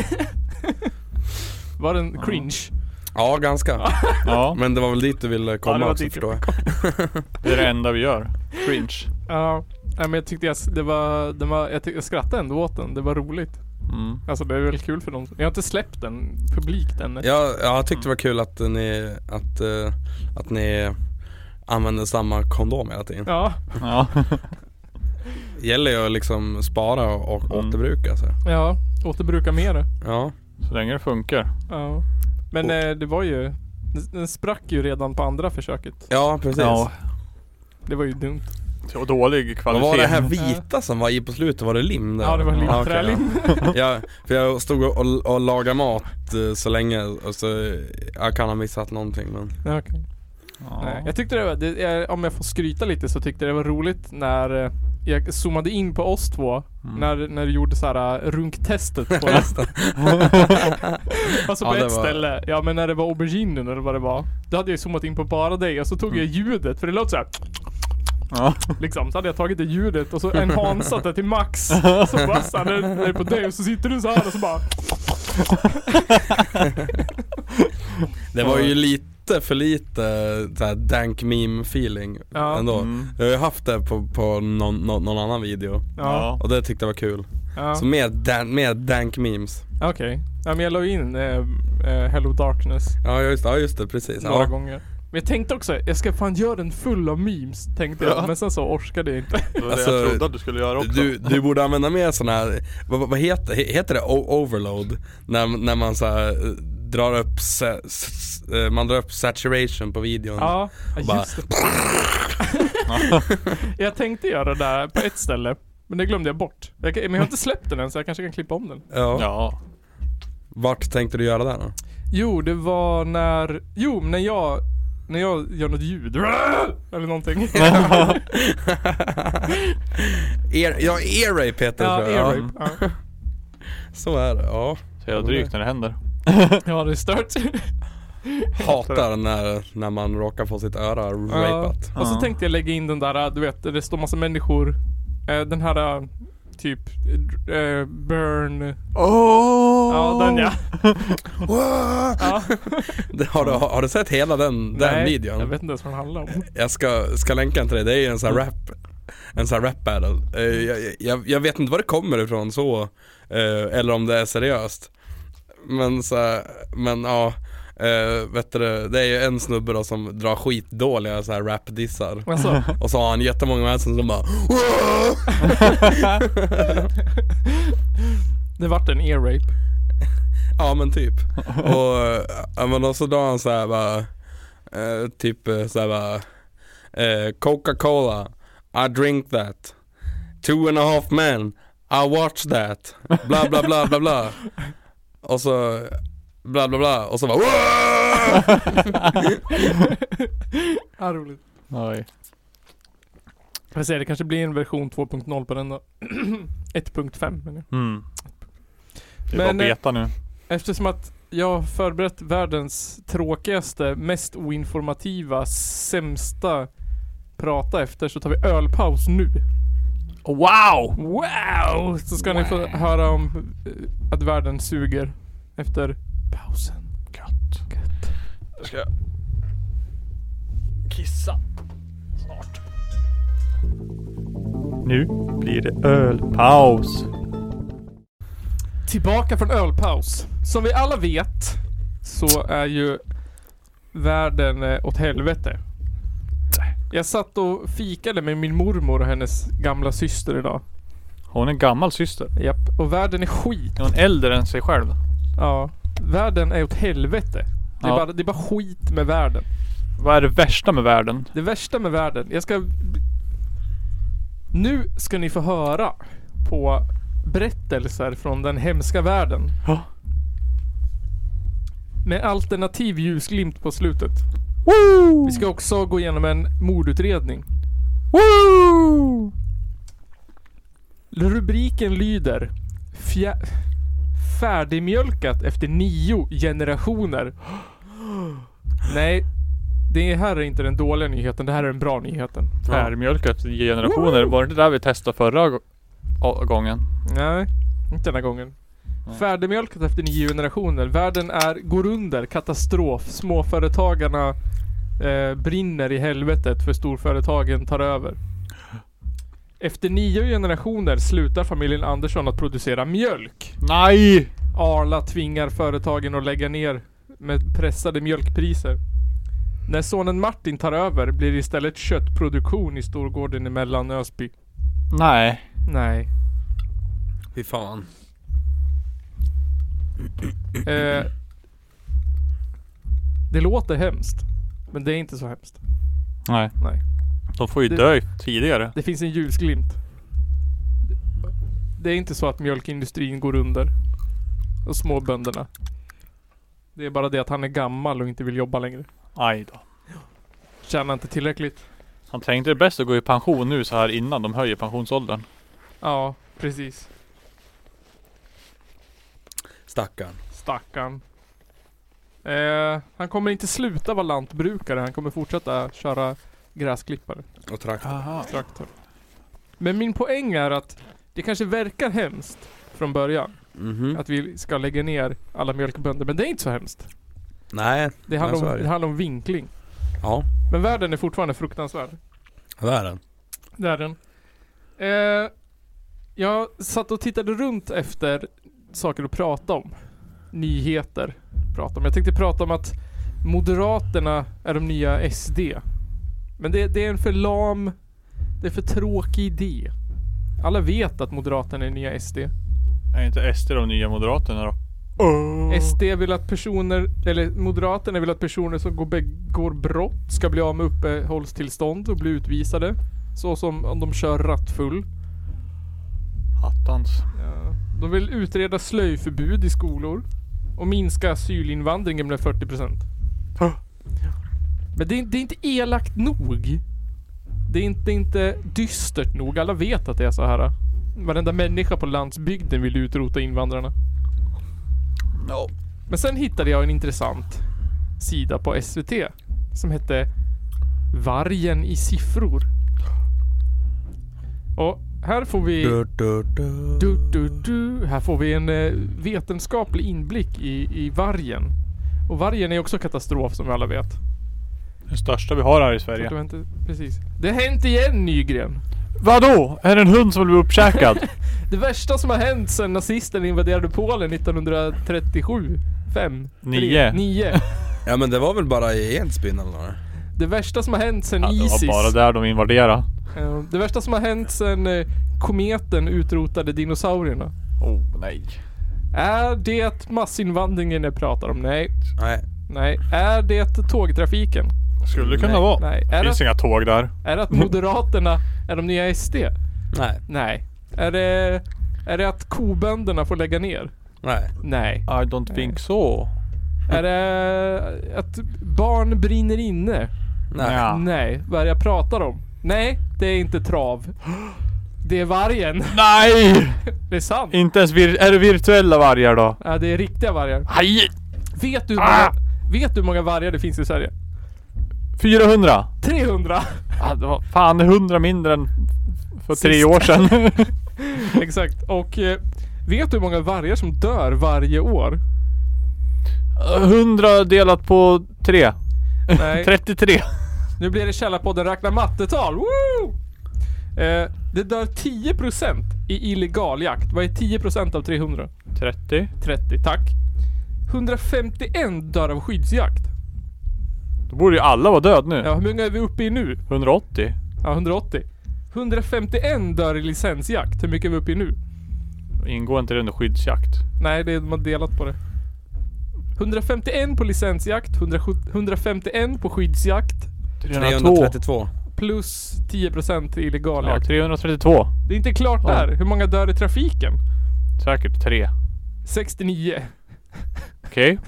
S2: Var den
S3: Ja.
S2: cringe?
S1: Ja, ganska.
S3: <laughs> Ja,
S1: Men det var väl dit du ville
S2: Ja, det
S1: komma
S2: var
S1: också
S2: dit jag
S1: förstår jag.
S3: det är det enda vi gör. Cringe.
S2: Ja. Nej men jag tyckte jag, s- det var, den var, jag, tyck- jag skrattade ändå åt den. Det var roligt.
S3: Mm.
S2: Alltså det är väl kul för dem. Jag har inte släppt den publikt än.
S1: Jag, jag tyckte det var kul att ni, att, eh, att ni använder samma kondom hela tiden.
S2: Ja.
S3: Ja. <laughs>
S1: gäller ju att liksom spara och, och
S3: Mm.
S1: återbruka. Så.
S2: Ja. Återbruka mer det.
S1: Ja.
S3: Så länge det funkar.
S2: Ja. Men
S1: Och-
S2: eh, det var ju den- den sprack ju redan på andra försöket.
S1: ja, precis.
S3: Ja.
S2: Det var ju dumt.
S3: Så dålig
S1: Vad
S3: kvalitet.
S1: var det här vita som var i på slutet? Var det lim där?
S2: Ja, det var lite
S1: Ja, okej,
S2: trälim.
S1: ja. jag, för jag stod och, och, och lagade mat eh, så länge och så jag kan ha missat någonting men
S2: Ja, okej. Nej,
S3: Ja.
S2: Jag tyckte det var, det, är- om jag får skryta lite så tyckte jag det var roligt när eh, jag zoomade in på oss två
S3: Mm.
S2: när, när du gjorde så här eh,
S1: <laughs>
S2: runktestet på resten. alltså på
S1: Ja, det
S2: ett
S1: var-
S2: ställe, ja men när det var auberginen eller vad det var. Då hade jag zoomat in på bara dig och så tog jag
S1: Mm.
S2: ljudet för det låter så här,
S1: <laughs>
S3: Ja.
S2: liksom. Så hade jag tagit det ljudet och så enhansat det till max. Så bara så här, när, när det är på dig och så sitter du så här och så bara
S1: Det var ju lite för lite såhär dank meme feeling
S2: Ja.
S1: ändå
S3: Mm.
S1: Jag har ju haft det på, på någon, någon, någon annan video
S2: Ja,
S1: och det tyckte jag var kul
S2: ja.
S1: Så mer, dan, mer dank memes
S2: okej. Ja men jag la ju in eh, eh, Hello Darkness
S1: Ja just, ja, just det, precis
S2: några
S1: ja.
S2: gånger. Men jag tänkte också, jag ska fan göra den full av memes, tänkte jag.
S3: Ja.
S2: Men sen så orkade jag inte.
S3: Det var
S1: Alltså,
S3: det jag trodde att du skulle göra också.
S1: du, du borde använda mer sådana här, vad, vad heter, heter det o- overload? När, när man såhär eh, drar upp, sa- s- s- eh, man drar upp saturation på videon
S2: Ja,
S1: bara-
S2: ja just det. <laughs> jag tänkte göra det där på ett ställe. Men det glömde jag bort. Jag, kan- men jag har inte släppt den än så jag kanske kan klippa om den.
S1: Ja. <laughs>
S3: Ja.
S1: Vart tänkte du göra det då?
S2: Jo, det var när... Jo, när jag... När jag gör något ljud. <laughs> Eller <laughs> någonting.
S1: Ear, ja, ear rape heter det
S2: ja,
S1: tror jag.
S2: air rape. Ja.
S1: Så är det, ja.
S3: Så jävla drygt när det händer.
S2: <laughs> <laughs> ja, det är stört.
S1: Hatar när, när man råkar få sitt öra
S2: Ja.
S1: rapat.
S2: Och så
S3: Ja.
S2: tänkte jag lägga in den där, du vet, det står massa människor. Eh, Den här eh, typ eh, burn...
S3: Åh!
S2: Ja, den ja. ja.
S1: Det- Har du, har du sett hela den, den
S2: Nej,
S1: videon?
S2: Jag vet inte ens vad den handlar <laughs> om.
S1: Jag ska, ska länka den till dig, det är ju en sån här rap En sån här rap battle Eh, jag, jag, jag vet inte var det kommer ifrån så eh, Eller om det är seriöst Men så här, men ja eh, vet du, det, det är ju en snubbe då som drar skitdåliga så här rap-dissar
S2: Alltså,
S1: Och så har han jättemånga med sig som bara "Åh!"
S2: <laughs> det vart en ear rape.
S1: Ja men <laughs> typ Och eh, ja, men då så drar han så här bara eh, Typ eh, så här bara eh, Coca-Cola I drink that Two and a half men I watch that Bla bla bla bla bla Och så Bla bla bla och så bara <laughs> "Wah!"
S2: Ja, roligt.
S3: Oj.
S2: Jag säger, det kanske blir en version 2.0 på den då. <clears throat> 1.5 menar jag.
S3: Mm. Det är
S2: Men,
S3: bara
S2: eh,
S3: beta nu.
S2: Eftersom att jag har förberett världens tråkigaste, mest oinformativa, sämsta prata efter så tar vi ölpaus nu.
S3: Wow!
S2: Wow! Så ska ni få höra om eh, att världen suger efter pausen.
S3: Gött.
S2: Gött.
S3: Jag ska kissa snart. Nu blir det ölpaus.
S2: Tillbaka från ölpaus. Som vi alla vet så är ju världen eh, åt helvete. Jag satt och fikade med min mormor och hennes gamla syster idag.
S3: Har hon en gammal syster?
S2: Japp. Och världen är skit.
S3: Är hon äldre än sig själv?
S2: Ja. Världen är åt helvete. Det är,
S3: Ja.
S2: bara, det är bara skit med världen.
S3: Vad är det värsta med världen?
S2: Det värsta med världen. Jag ska... Nu ska ni få höra på berättelser från den hemska världen.
S3: Ja.
S2: Med alternativ ljusglimt på slutet.
S3: Woo!
S2: Vi ska också gå igenom en mordutredning.
S3: Woo!
S2: Rubriken lyder Fjä- Färdigmjölkat efter nio generationer. <gasps> Nej, det här är inte den dåliga nyheten. Det här är den bra nyheten.
S3: Färgmjölk efter generationer. Var det inte där vi testade förra go- å- gången?
S2: Nej, inte denna gången.
S3: Nej.
S2: Färdigmjölkat efter nio generationer. Världen är, går under, katastrof. Småföretagarna eh, brinner i helvetet för storföretagen tar över. Efter nio generationer slutar familjen Andersson att producera mjölk.
S3: Nej!
S2: Arla tvingar företagen att lägga ner med pressade mjölkpriser. När sonen Martin tar över blir det istället köttproduktion i storgården i Mellanösby.
S3: Nej.
S2: Nej.
S1: Fy fan.
S2: Eh, det låter hemskt. Men det är inte så hemskt.
S3: Nej.
S2: Nej.
S3: De får ju
S2: Det-
S3: dö tidigare.
S2: Det finns en ljusglimt. Det är inte så att mjölkindustrin går under. Och småbönderna. Det är bara det att han är gammal och inte vill jobba längre.
S3: Aj då.
S2: Tjänar inte tillräckligt.
S3: Han tänkte det är bäst att gå i pension nu så här innan de höjer pensionsåldern.
S2: Ja, precis.
S1: Stackarn.
S2: Stackarn. Eh, han kommer inte sluta vara lantbrukare. Han kommer fortsätta köra gräsklippare.
S1: Och traktor.
S3: Aha.
S2: Traktor. Men min poäng är att det kanske verkar hemskt från början.
S1: Mhm.
S2: Att vi ska lägga ner alla mjölkbönder. Men det är inte så hemskt.
S1: Nej.
S2: Det handlar,
S1: Nej, så är
S2: om,
S1: det.
S2: det handlar om vinkling.
S1: Ja.
S2: Men världen är fortfarande fruktansvärd.
S1: Det är den.
S2: Det är den. Eh, jag satt och tittade runt efter saker att prata om. Nyheter prata om. Jag tänkte prata om att Moderaterna är de nya SD. Men det, det är en för lam, det är för tråkig idé. Alla vet att Moderaterna är nya SD.
S3: Är inte SD de nya Moderaterna då?
S2: SD vill att personer, eller Moderaterna vill att personer som går- begår brott ska bli av med uppehållstillstånd och bli utvisade. Så som om de kör rattfull.
S3: Attans.
S2: Ja. De vill utreda slöjförbud i skolor och minska asylinvandringen med 40%.
S3: Huh.
S2: Men det är, det är inte elakt nog. Det är inte, det är inte dystert nog. Alla vet att det är så här. Varenda människa på landsbygden vill utrota invandrarna.
S3: No.
S2: Men sen hittade jag en intressant sida på SVT som hette Vargen i siffror. Och här får vi...
S1: Du, du, du.
S2: Du, du, du. Här får vi en eh, vetenskaplig inblick i, i vargen. Och vargen är också katastrof som vi alla vet.
S3: Den största vi har här i
S2: Så det,
S3: Sverige.
S2: var inte, precis. det har hänt igen Nygren.
S3: Vadå? Är det en hund som blev uppkäkad?
S2: Det värsta som har hänt sedan nazisterna invaderade Polen 1937. Fem. tre,
S3: Nio. <laughs>
S2: Nio.
S1: Ja men det var väl bara i Edsbyn eller nåt?
S2: Det värsta som har hänt sedan
S3: <laughs> ja, det
S2: Isis.
S3: var bara där de invaderade.
S2: Eh, Det värsta som har hänt sedan eh, kometen utrotade dinosaurierna.
S3: Oh nej.
S2: Är det massinvandringen jag pratar om? Nej.
S1: Nej.
S2: Nej. Är det tågtrafiken?
S3: Skulle det kunna
S1: Nej,
S3: vara.
S2: Nej. Är
S3: Det finns
S2: det,
S3: inga tåg där.
S2: är det att Moderaterna är de nya SD?
S1: Nej.
S2: Nej. Är det, är det att kobönderna får lägga ner?
S1: Nej.
S2: Nej.
S3: I don't think so.
S2: Är det att barn brinner inne?
S1: Nej.
S3: Ja.
S2: Nej. Vad är det jag pratar om? Nej, det är inte trav. Det är vargen.
S3: Nej!
S2: Det är sant.
S3: Inte ens vir- är det virtuella vargar då?
S2: Ja, det är riktiga vargar.
S3: Aj!
S2: Vet du, hur många,
S3: Ah!
S2: vet du hur många vargar det finns i Sverige?
S3: 400! <laughs>
S2: 300!
S3: Ja, det var fan 100 mindre än för tre
S2: Sist.
S3: år <laughs> sedan.
S2: Exakt. Och eh, vet du hur många vargar som dör varje
S3: <laughs>
S2: år?
S3: 100 delat på 3.
S2: Nej.
S3: 33.
S2: Nu blir det Källarpodden Räkna Mattetal. Woo! Eh, det dör 10% i illegal jakt. Vad är 10% av 300?
S3: 30.
S2: 30, tack. 151 dör av skyddsjakt.
S3: Då borde ju alla vara död nu.
S2: Ja, hur många är vi uppe i nu?
S3: 180.
S2: Ja, 180. 151 dör i licensjakt. Hur mycket är vi uppe i nu?
S3: Ingår inte det under skyddsjakt?
S2: Nej, det är, de har delat på det. 151 på licensjakt, 170 151 på skyddsjakt,
S1: 332
S2: plus 10% illegal
S3: Ja,
S2: jakt.
S3: 332.
S2: Det är inte klart
S3: Ja.
S2: där. Hur många dör i trafiken?
S3: Säkert tre.
S2: 69.
S3: Okej.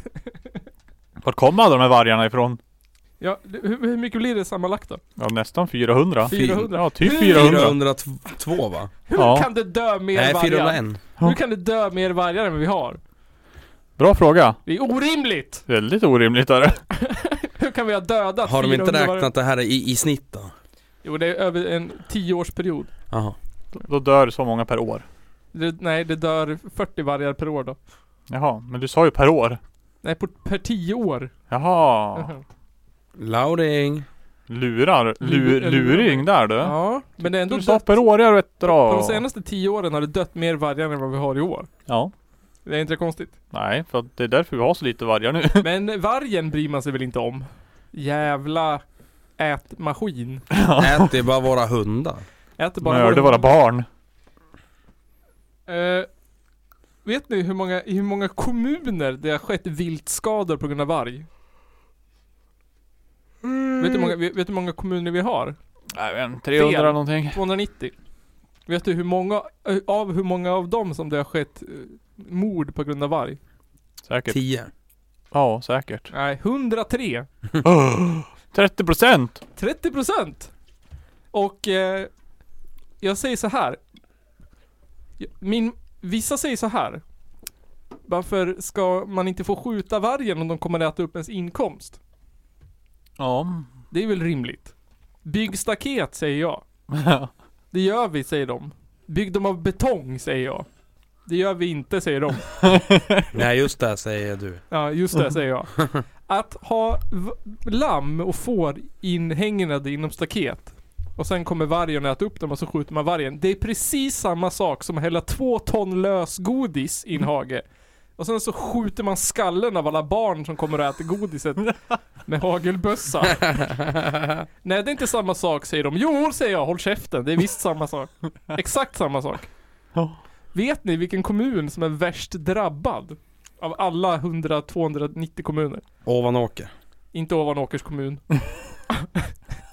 S3: Vart kom alla de här vargarna ifrån?
S2: Ja, det- hur, hur mycket blir det sammanlagt då?
S3: Ja, nästan 400.
S2: 400.
S3: Ja, typ 400.
S1: 402 va?
S2: Hur
S3: Ja.
S2: kan det dö mer
S1: Nej
S2: vargar?
S1: 401
S2: Hur kan det dö mer vargar än vad vi har?
S3: Bra fråga.
S2: Det är orimligt!
S3: Väldigt orimligt är det.
S2: Hur kan vi ha dödat
S1: Har de inte
S2: 400 vargar?
S1: räknat det här i, i snitt då?
S2: Jo, det är över en 10-årsperiod.
S1: Jaha
S3: Då dör så många per år.
S2: Det, nej, det dör 40 vargar per år då.
S3: Jaha, men du sa ju per år.
S2: Nej, på, per 10 år.
S3: Jaha.
S2: Mhm.
S1: Louding
S3: Lurar.
S2: Lu-
S3: Lu- luring där du.
S2: Ja, men det är ändå
S3: Du sa
S2: dött.
S3: per år, jag vet
S2: På de
S3: dra.
S2: senaste 10 åren har det dött mer vargar än vad vi har i år.
S3: Ja.
S2: Det är inte
S3: <laughs>
S2: konstigt.
S3: Nej, för att det är därför vi har så lite vargar nu.
S2: Men vargen bryr man sig väl inte om? Jävla ätmaskin.
S1: Äter bara våra hundar
S2: Äter bara
S3: Mördar våra barn.
S2: Eh, vet ni hur många, i hur många kommuner det har skett viltskador på grund av varg? Vet, du hur många, vet vet du hur många kommuner vi har?
S3: Nej, men 300
S2: Fel.
S3: någonting.
S2: 290. Vet du hur många, eh, av hur många av dem som det har skett eh, mord på grund av varg?
S3: Säkert.
S1: 10
S3: Ja, säkert.
S2: Nej, 103.
S3: 30 procent!
S2: 30 procent! Och eh, jag säger så här. Min, vissa säger så här. Varför ska man inte få skjuta vargen om de kommer att äta upp ens inkomst?
S3: Ja.
S2: Det är väl rimligt? Bygg staket säger jag. Det gör vi säger de. Bygg dem av betong säger jag. Det gör vi inte säger de.
S1: Nej just det säger du
S2: Ja, just det säger jag. Att ha v- lamm och får inhägnade inom staket och sen kommer vargen och äter upp dem och så skjuter man vargen. Det är precis samma sak som att hälla två ton lösgodis i en hage. Och sen så skjuter man skallen av alla barn som kommer och äter godiset med hagelbössa. Nej, det är inte samma sak säger de. Jo, säger jag. Håll käften. Det är visst samma sak. Exakt samma sak.
S3: <laughs> Ja.
S2: Vet ni vilken kommun som är värst drabbad? Av alla 100-290 kommuner.
S1: Ovanåker
S2: Inte Ovanåkers kommun.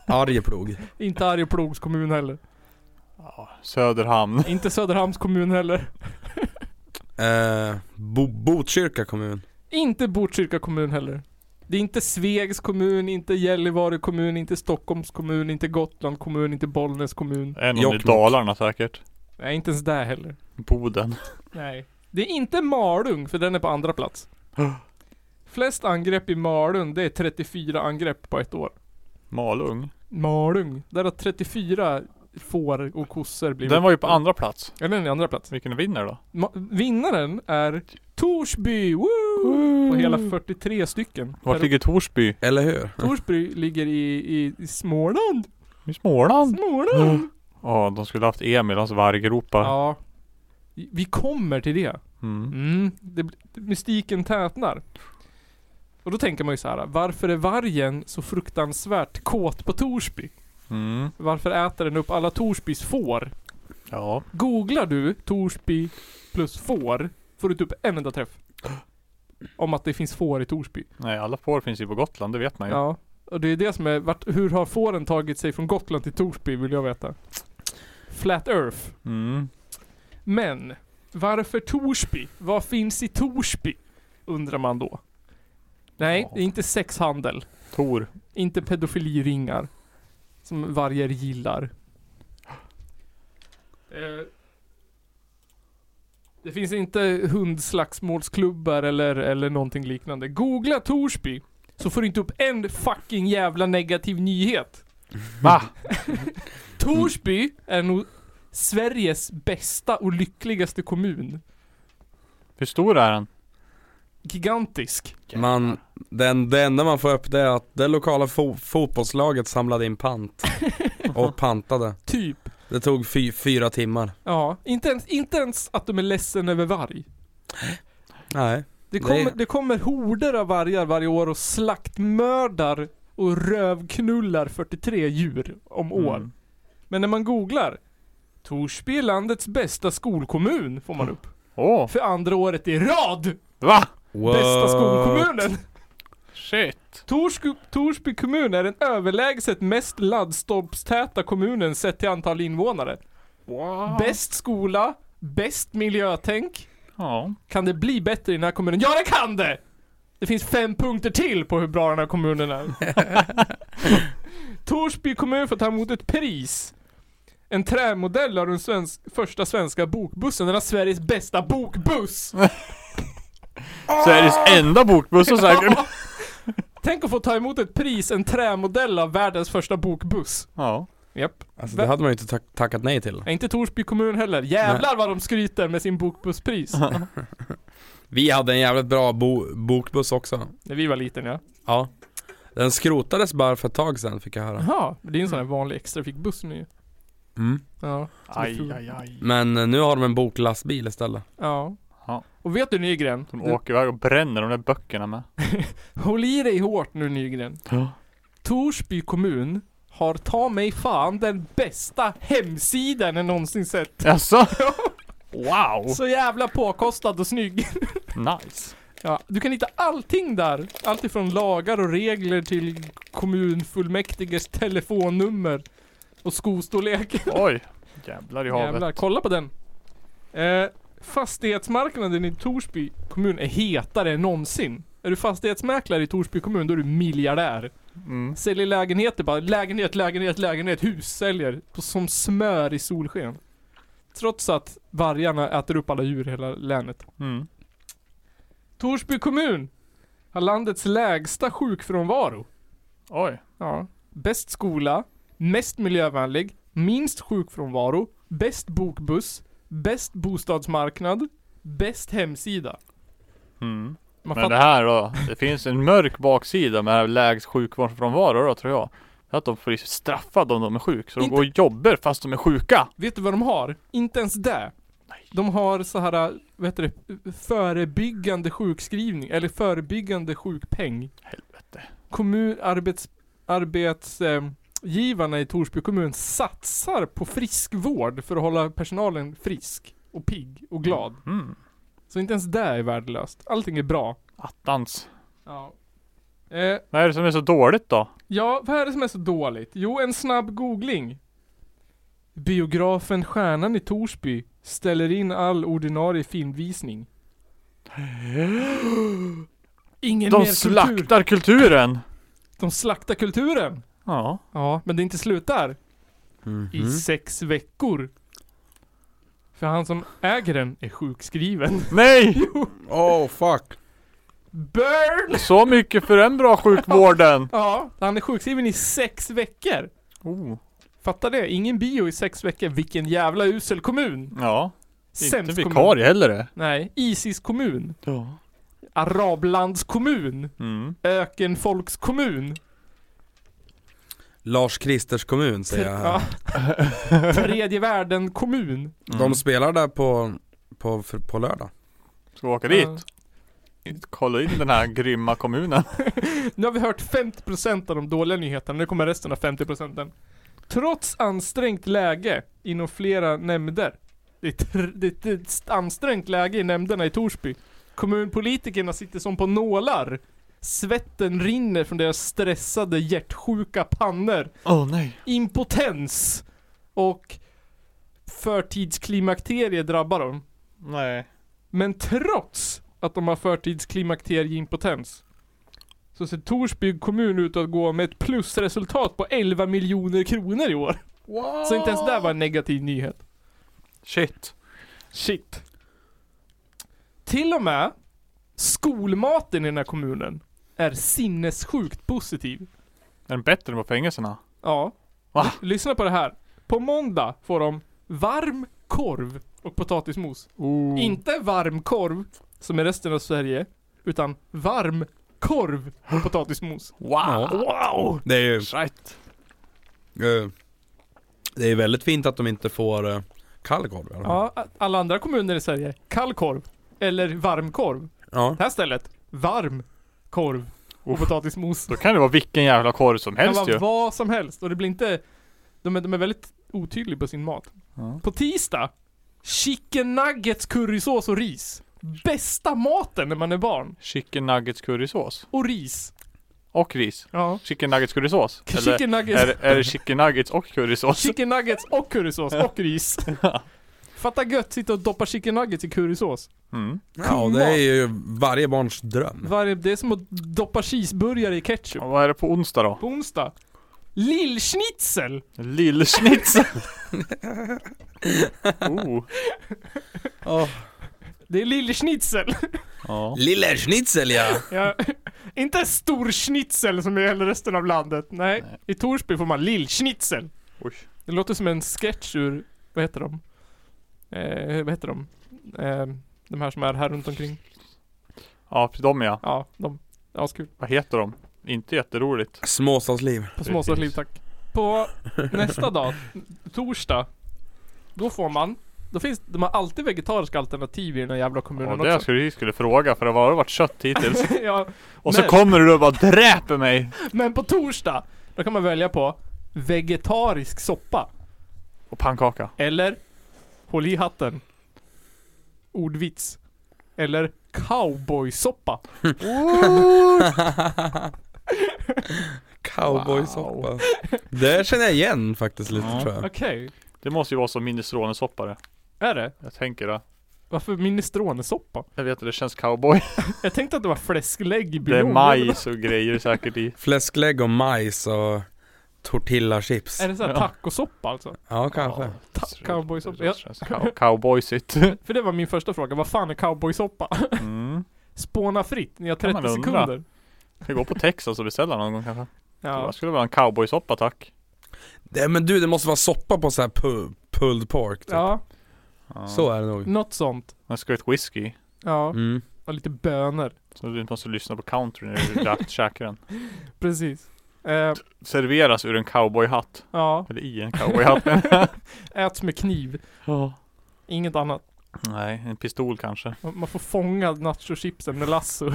S1: Arjeplog
S2: Inte Arjeplogs kommun heller.
S3: Söderhamn.
S2: Inte Söderhamns kommun heller.
S1: eh, Bo- Botkyrka kommun
S2: Inte Botkyrka kommun heller. Det är inte Svegs kommun, inte Gällivare kommun, inte Stockholms kommun, inte Gotland kommun, inte Bollnäs kommun.
S3: En om det är
S1: Jokkmokk.
S3: Dalarna säkert.
S2: Nej, inte ens där heller.
S3: Boden.
S2: Nej. Det är inte Malung, för den är på andra plats. Flest angrepp i Malung, det är 34 angrepp på ett år.
S3: Malung.
S2: Malung. Där har 34 får och kossor blivit...
S3: Den var ju på andra plats.
S2: Ja, den är andra plats.
S3: Vilken vinner då?
S2: Ma- vinnaren är Torsby! Woo! På hela 43 stycken.
S3: Vart
S2: Per-
S3: ligger Torsby?
S1: Eller hur?
S2: Torsby ligger i, i, i Småland.
S3: I Småland. Mm.
S2: Småland!
S3: Ja, de skulle haft Emil, hans vargropar.
S2: Mm. Ja. Vi kommer till det.
S3: Mm.
S2: Mm. Det, bl- mystiken tätnar. Och då tänker man ju så här. Varför är vargen så fruktansvärt kåt på Torsby?
S3: Mm.
S2: Varför äter den upp alla Torsbys får?
S3: Ja.
S2: Googlar du Torsby plus får, får du typ en enda träff. Om att det finns får i Torsby.
S3: Nej, alla får finns ju på Gotland, det vet man ju.
S2: Ja. Och det är det som är, vart, hur har fåren tagit sig från Gotland till Torsby vill jag veta. Flat Earth.
S3: <laughs> Mm.
S2: Men, varför Torsby? Vad finns i Torsby? Undrar man då. Nej,
S3: Ja.
S2: det är inte sexhandel.
S3: Tor.
S2: Inte pedofiliringar. Som vargar gillar. Eh, Det finns inte hundslagsmålsklubbar eller, eller någonting liknande. Googla Torsby. Så får du inte upp en fucking jävla negativ nyhet.
S3: Va?
S2: Torsby är nog Sveriges bästa och lyckligaste kommun.
S3: Hur stor är den?
S2: Gigantisk.
S1: Man, den, det enda man får upp det är att det lokala fo- fotbollslaget samlade in
S2: <laughs>
S1: pant och pantade.
S2: Typ.
S1: Det tog fy, fyra timmar.
S2: Ja. Inte ens, inte ens att de är ledsen över varg.
S1: Nej.
S2: Det
S1: Det-
S2: kommer, det kommer horder av vargar varje år och slaktmördar och rövknullar 43 djur om år.
S3: Mm.
S2: Men när man googlar Torsby är landets bästa skolkommun, får man upp.
S3: Åh!
S2: För andra året i rad!
S3: va?
S2: Bästa
S1: What?
S2: skolkommunen!
S3: Shit!
S2: Torsby, Torsby kommun är den överlägset mest laddstolpstäta kommunen sett till antal invånare.
S3: Wow.
S2: Bäst skola, bäst miljötänk.
S3: Ja.
S2: Kan det bli bättre i den här kommunen? Ja, det kan det! Det finns fem punkter till på hur bra den här kommunen
S3: <laughs>
S2: är. Torsby kommun får ta emot ett pris. En trämodell av den svensk, första svenska bokbussen. Den har Sveriges bästa bokbuss!
S3: <laughs> Sveriges
S2: <laughs>
S3: enda bokbussen säkert.
S2: Tänk att få ta emot ett pris, en trämodell av världens första bokbuss.
S3: Ja.
S2: Japp.
S1: Alltså det hade man ju inte tack- tackat nej till.
S2: Nej, inte Torsby kommun heller. Jävlar vad de skryter med sin bokbusspris.
S1: Vi hade en jävligt bra bo- bokbuss också.
S2: När vi var liten ja.
S1: Ja. Den skrotades bara för ett tag sedan fick jag höra.
S2: Jaha, det är en sån här vanlig extrafikbuss nu
S1: Mm.
S2: Ja.
S3: Aj, aj, aj.
S1: Men eh, nu har de en boklastbil istället.
S2: Ja.
S3: Ja.
S2: Och vet du Nygren?
S3: De
S2: Du-
S3: åker iväg och bränner de där böckerna med.
S2: Håll i dig hårt nu Nygren.
S3: Ja.
S2: Torsby kommun har ta mig fan den bästa hemsidan jag någonsin sett.
S3: <laughs> Jaså? Wow!
S2: Så jävla påkostad och snygg. <laughs>
S3: Nice.
S2: Ja, du kan hitta allting där. Allt ifrån lagar och regler till kommunfullmäktiges telefonnummer och skostorlek.
S3: Oj. Jävlar i havet.
S2: Jävlar, kolla på den. Eh, fastighetsmarknaden i Torsby kommun är hetare än någonsin. Är du fastighetsmäklare i Torsby kommun, då är du miljardär.
S3: Mm.
S2: Säljer lägenheter bara. Lägenhet, lägenhet, lägenhet. Hus säljer. på- Som smör i solsken. Trots att vargarna äter upp alla djur i hela länet.
S3: Mm.
S2: Torsby kommun har landets lägsta sjukfrånvaro.
S3: Oj.
S2: Ja. Bäst skola, mest miljövänlig, minst sjukfrånvaro, bäst bokbuss, bäst bostadsmarknad, bäst hemsida.
S3: Mm.
S2: Man
S3: Men det
S2: fattar.
S3: här då. Det finns en mörk baksida med det här lägst sjukvårdsfrånvaro då tror jag. Det är att de får straffade om de är sjuka. Så de
S2: Inte-
S3: går och jobbar fast de är sjuka.
S2: Vet du vad de har? Inte ens det. De har så här, vad heter det, förebyggande sjukskrivning, eller förebyggande sjukpeng.
S3: Helvete.
S2: Kommun, arbets, arbetsgivarna eh, i Torsby kommun satsar på friskvård för att hålla personalen frisk och pigg och glad.
S3: Mm.
S2: Så inte ens det är värdelöst. Allting är bra.
S3: Attans.
S2: Ja. Eh,
S3: Vad är det som är så dåligt då?
S2: ja, vad är det som är så dåligt? Jo, en snabb googling. Biografen Stjärnan i Torsby ställer in all ordinarie filmvisning. Ingen
S3: De
S2: mer kultur.
S3: slaktar kulturen!
S2: De slaktar kulturen.
S3: Ja.
S2: Ja, men det är inte slut där.
S1: Mhm.
S2: I sex veckor. För han som äger den är sjukskriven.
S3: Nej!
S1: Oh fuck.
S2: Burn!
S3: Så mycket för den bra sjukvården!
S2: Ja, han är sjukskriven i sex veckor.
S3: Oh.
S2: Fatta det, ingen bio i sex veckor. Vilken jävla usel kommun.
S3: Ja. Inte
S2: Sämst kommun.
S3: vikarie heller det.
S2: Nej, Isis kommun.
S3: Ja.
S2: Arablandskommun.
S3: Mm.
S2: Ökenfolkskommun.
S1: Lars Kristers kommun säger jag
S3: <laughs>
S1: här.
S2: Ja. <laughs> Tredje världen kommun.
S1: De spelar där på, på, för, på lördag.
S3: Ska vi åka
S2: Ja.
S3: dit? Kolla in den här grymma kommunen.
S2: Nu har vi hört 50% av de dåliga nyheterna, nu kommer resten av 50%. Trots ansträngt läge inom flera nämnder. Det är, tr- det är- det är ett ansträngt läge i nämnderna i Torsby. Kommunpolitikerna sitter som på nålar. Svetten rinner från deras stressade hjärtsjuka pannor.
S3: Åh oh, nej.
S2: Impotens och förtidsklimakterie drabbar dem.
S3: Nej.
S2: Men trots att de har förtidsklimakterieimpotens så ser Torsby kommun ut att gå med ett plusresultat på 11 miljoner kronor i år.
S3: Wow.
S2: Så inte ens det var en negativ nyhet.
S3: Shit.
S2: Shit. Till och med skolmaten i den här kommunen är sinnessjukt positiv.
S3: Är den bättre än på fängelserna?
S2: Ja.
S3: Va?
S2: Lyssna på det här. På måndag får de varm korv och potatismos.
S3: Oh.
S2: Inte varm korv, som i resten av Sverige, utan varm korv och potatismos.
S3: Wow. Wow.
S1: Det är ju,
S3: Shit.
S1: eh, det är väldigt fint att de inte får eh, kall korv i alla fall.
S2: Ja, a- alla andra kommuner i Sverige, kall korv eller varm korv.
S1: Ja.
S2: Det här stället, varm korv och potatismos.
S3: Då kan det vara vilken jävla korv som
S2: Det kan
S3: helst
S2: vara
S3: ju.
S2: vad som helst och det blir inte... De är, de är väldigt otydliga på sin mat.
S3: Ja.
S2: På tisdag, chicken nuggets, currysås och ris. Bästa maten när man är barn.
S3: Chicken nuggets currysås.
S2: Och ris.
S3: Och ris.
S2: Ja.
S3: Chicken nuggets currysås. Eller
S2: Chicken nuggets,
S3: är, är det chicken nuggets och currysås?
S2: chicken nuggets och currysås och
S3: <laughs>
S2: ris. Fatta gött, sitta och doppa chicken nuggets i currysås.
S3: Mm.
S1: Ja, det är ju varje barns dröm.
S2: Varje, det är som att doppa cheeseburgare i ketchup.
S3: Och vad är det på onsdag då?
S2: På onsdag. Lillschnitzel!
S3: Lillschnitzel!
S2: <laughs>
S3: oh.
S2: Det är lillschnitzel.
S3: <laughs> Ja.
S1: Lille schnitzel
S3: <laughs>
S1: ja!
S2: Ja, inte storschnitzel som är i hela resten av landet. Nej,
S3: Nej.
S2: i Torsby får man lillschnitzel.
S3: Oj.
S2: Det låter som en sketch ur, vad heter de? Eh, vad heter de? Eh, de här som är här runt omkring.
S3: Ja, för de ja.
S2: Ja, de. Askul.
S3: Vad heter de? Inte jätteroligt.
S1: Småstadsliv.
S2: På
S3: Precis.
S2: småstadsliv tack. På nästa dag, torsdag. Då får man, då finns, de har alltid vegetariska alternativ i den här jävla
S3: Och
S2: kommunen
S3: det jag
S2: också. <laughs>
S3: skulle, vi skulle fråga för det har varit kött hittills.
S2: ja,
S3: Och så
S2: Men-
S3: kommer du och bara dräper mig!
S2: men på torsdag, då kan man välja på vegetarisk soppa.
S3: Och pannkaka.
S2: Eller Håll i hatten Ordvits Eller
S3: <laughs>
S2: Cowboysoppa
S1: <laughs> Cowboysoppa. Det känner jag igen faktiskt lite
S3: Ja.
S1: tror jag.
S2: Okej
S3: Det måste ju vara som minestronesoppare.
S2: Är det?
S3: Jag tänker det.
S2: Varför minestronesoppa?
S3: Jag vet att det
S2: <laughs>
S3: känns cowboy.
S2: Jag tänkte att det var fläsklägg i
S3: Det är
S2: buljongen.
S3: majs och grejer säkert i.
S1: Fläsklägg och majs och tortillachips.
S2: Är det såhär
S3: Ja.
S2: tacosoppa alltså?
S1: Ja, kanske.
S2: Ta- cowboysoppa.
S3: Det känns cow-
S2: <laughs>
S3: Cowboysigt.
S2: För det var min första fråga, vad fan är cowboysoppa? <laughs>
S3: Mm.
S2: Spåna fritt, ni har
S3: Kan man
S2: 30
S3: undra.
S2: sekunder
S3: Vi går på Texas och beställer någon gång kanske.
S2: Ja,
S3: Jag skulle vilja ha en cowboysoppa tack.
S1: Det, men du, det måste vara soppa på så här pu- pulled pork typ.
S2: ja
S3: Ja.
S1: Så är det nog.
S2: något sånt
S3: En skvätt whisky.
S2: Ja,
S1: Mm.
S2: och lite bönor
S3: Så du inte måste lyssna på country när du
S2: <laughs>
S3: rakt käkar den.
S2: Precis eh,
S3: Serveras ur en cowboyhatt.
S2: Ja,
S3: Eller i en cowboyhatt.
S2: <laughs> äts med kniv Inget annat
S3: <laughs> Nej, en pistol kanske.
S2: Man man får fånga nachochipsen med lasso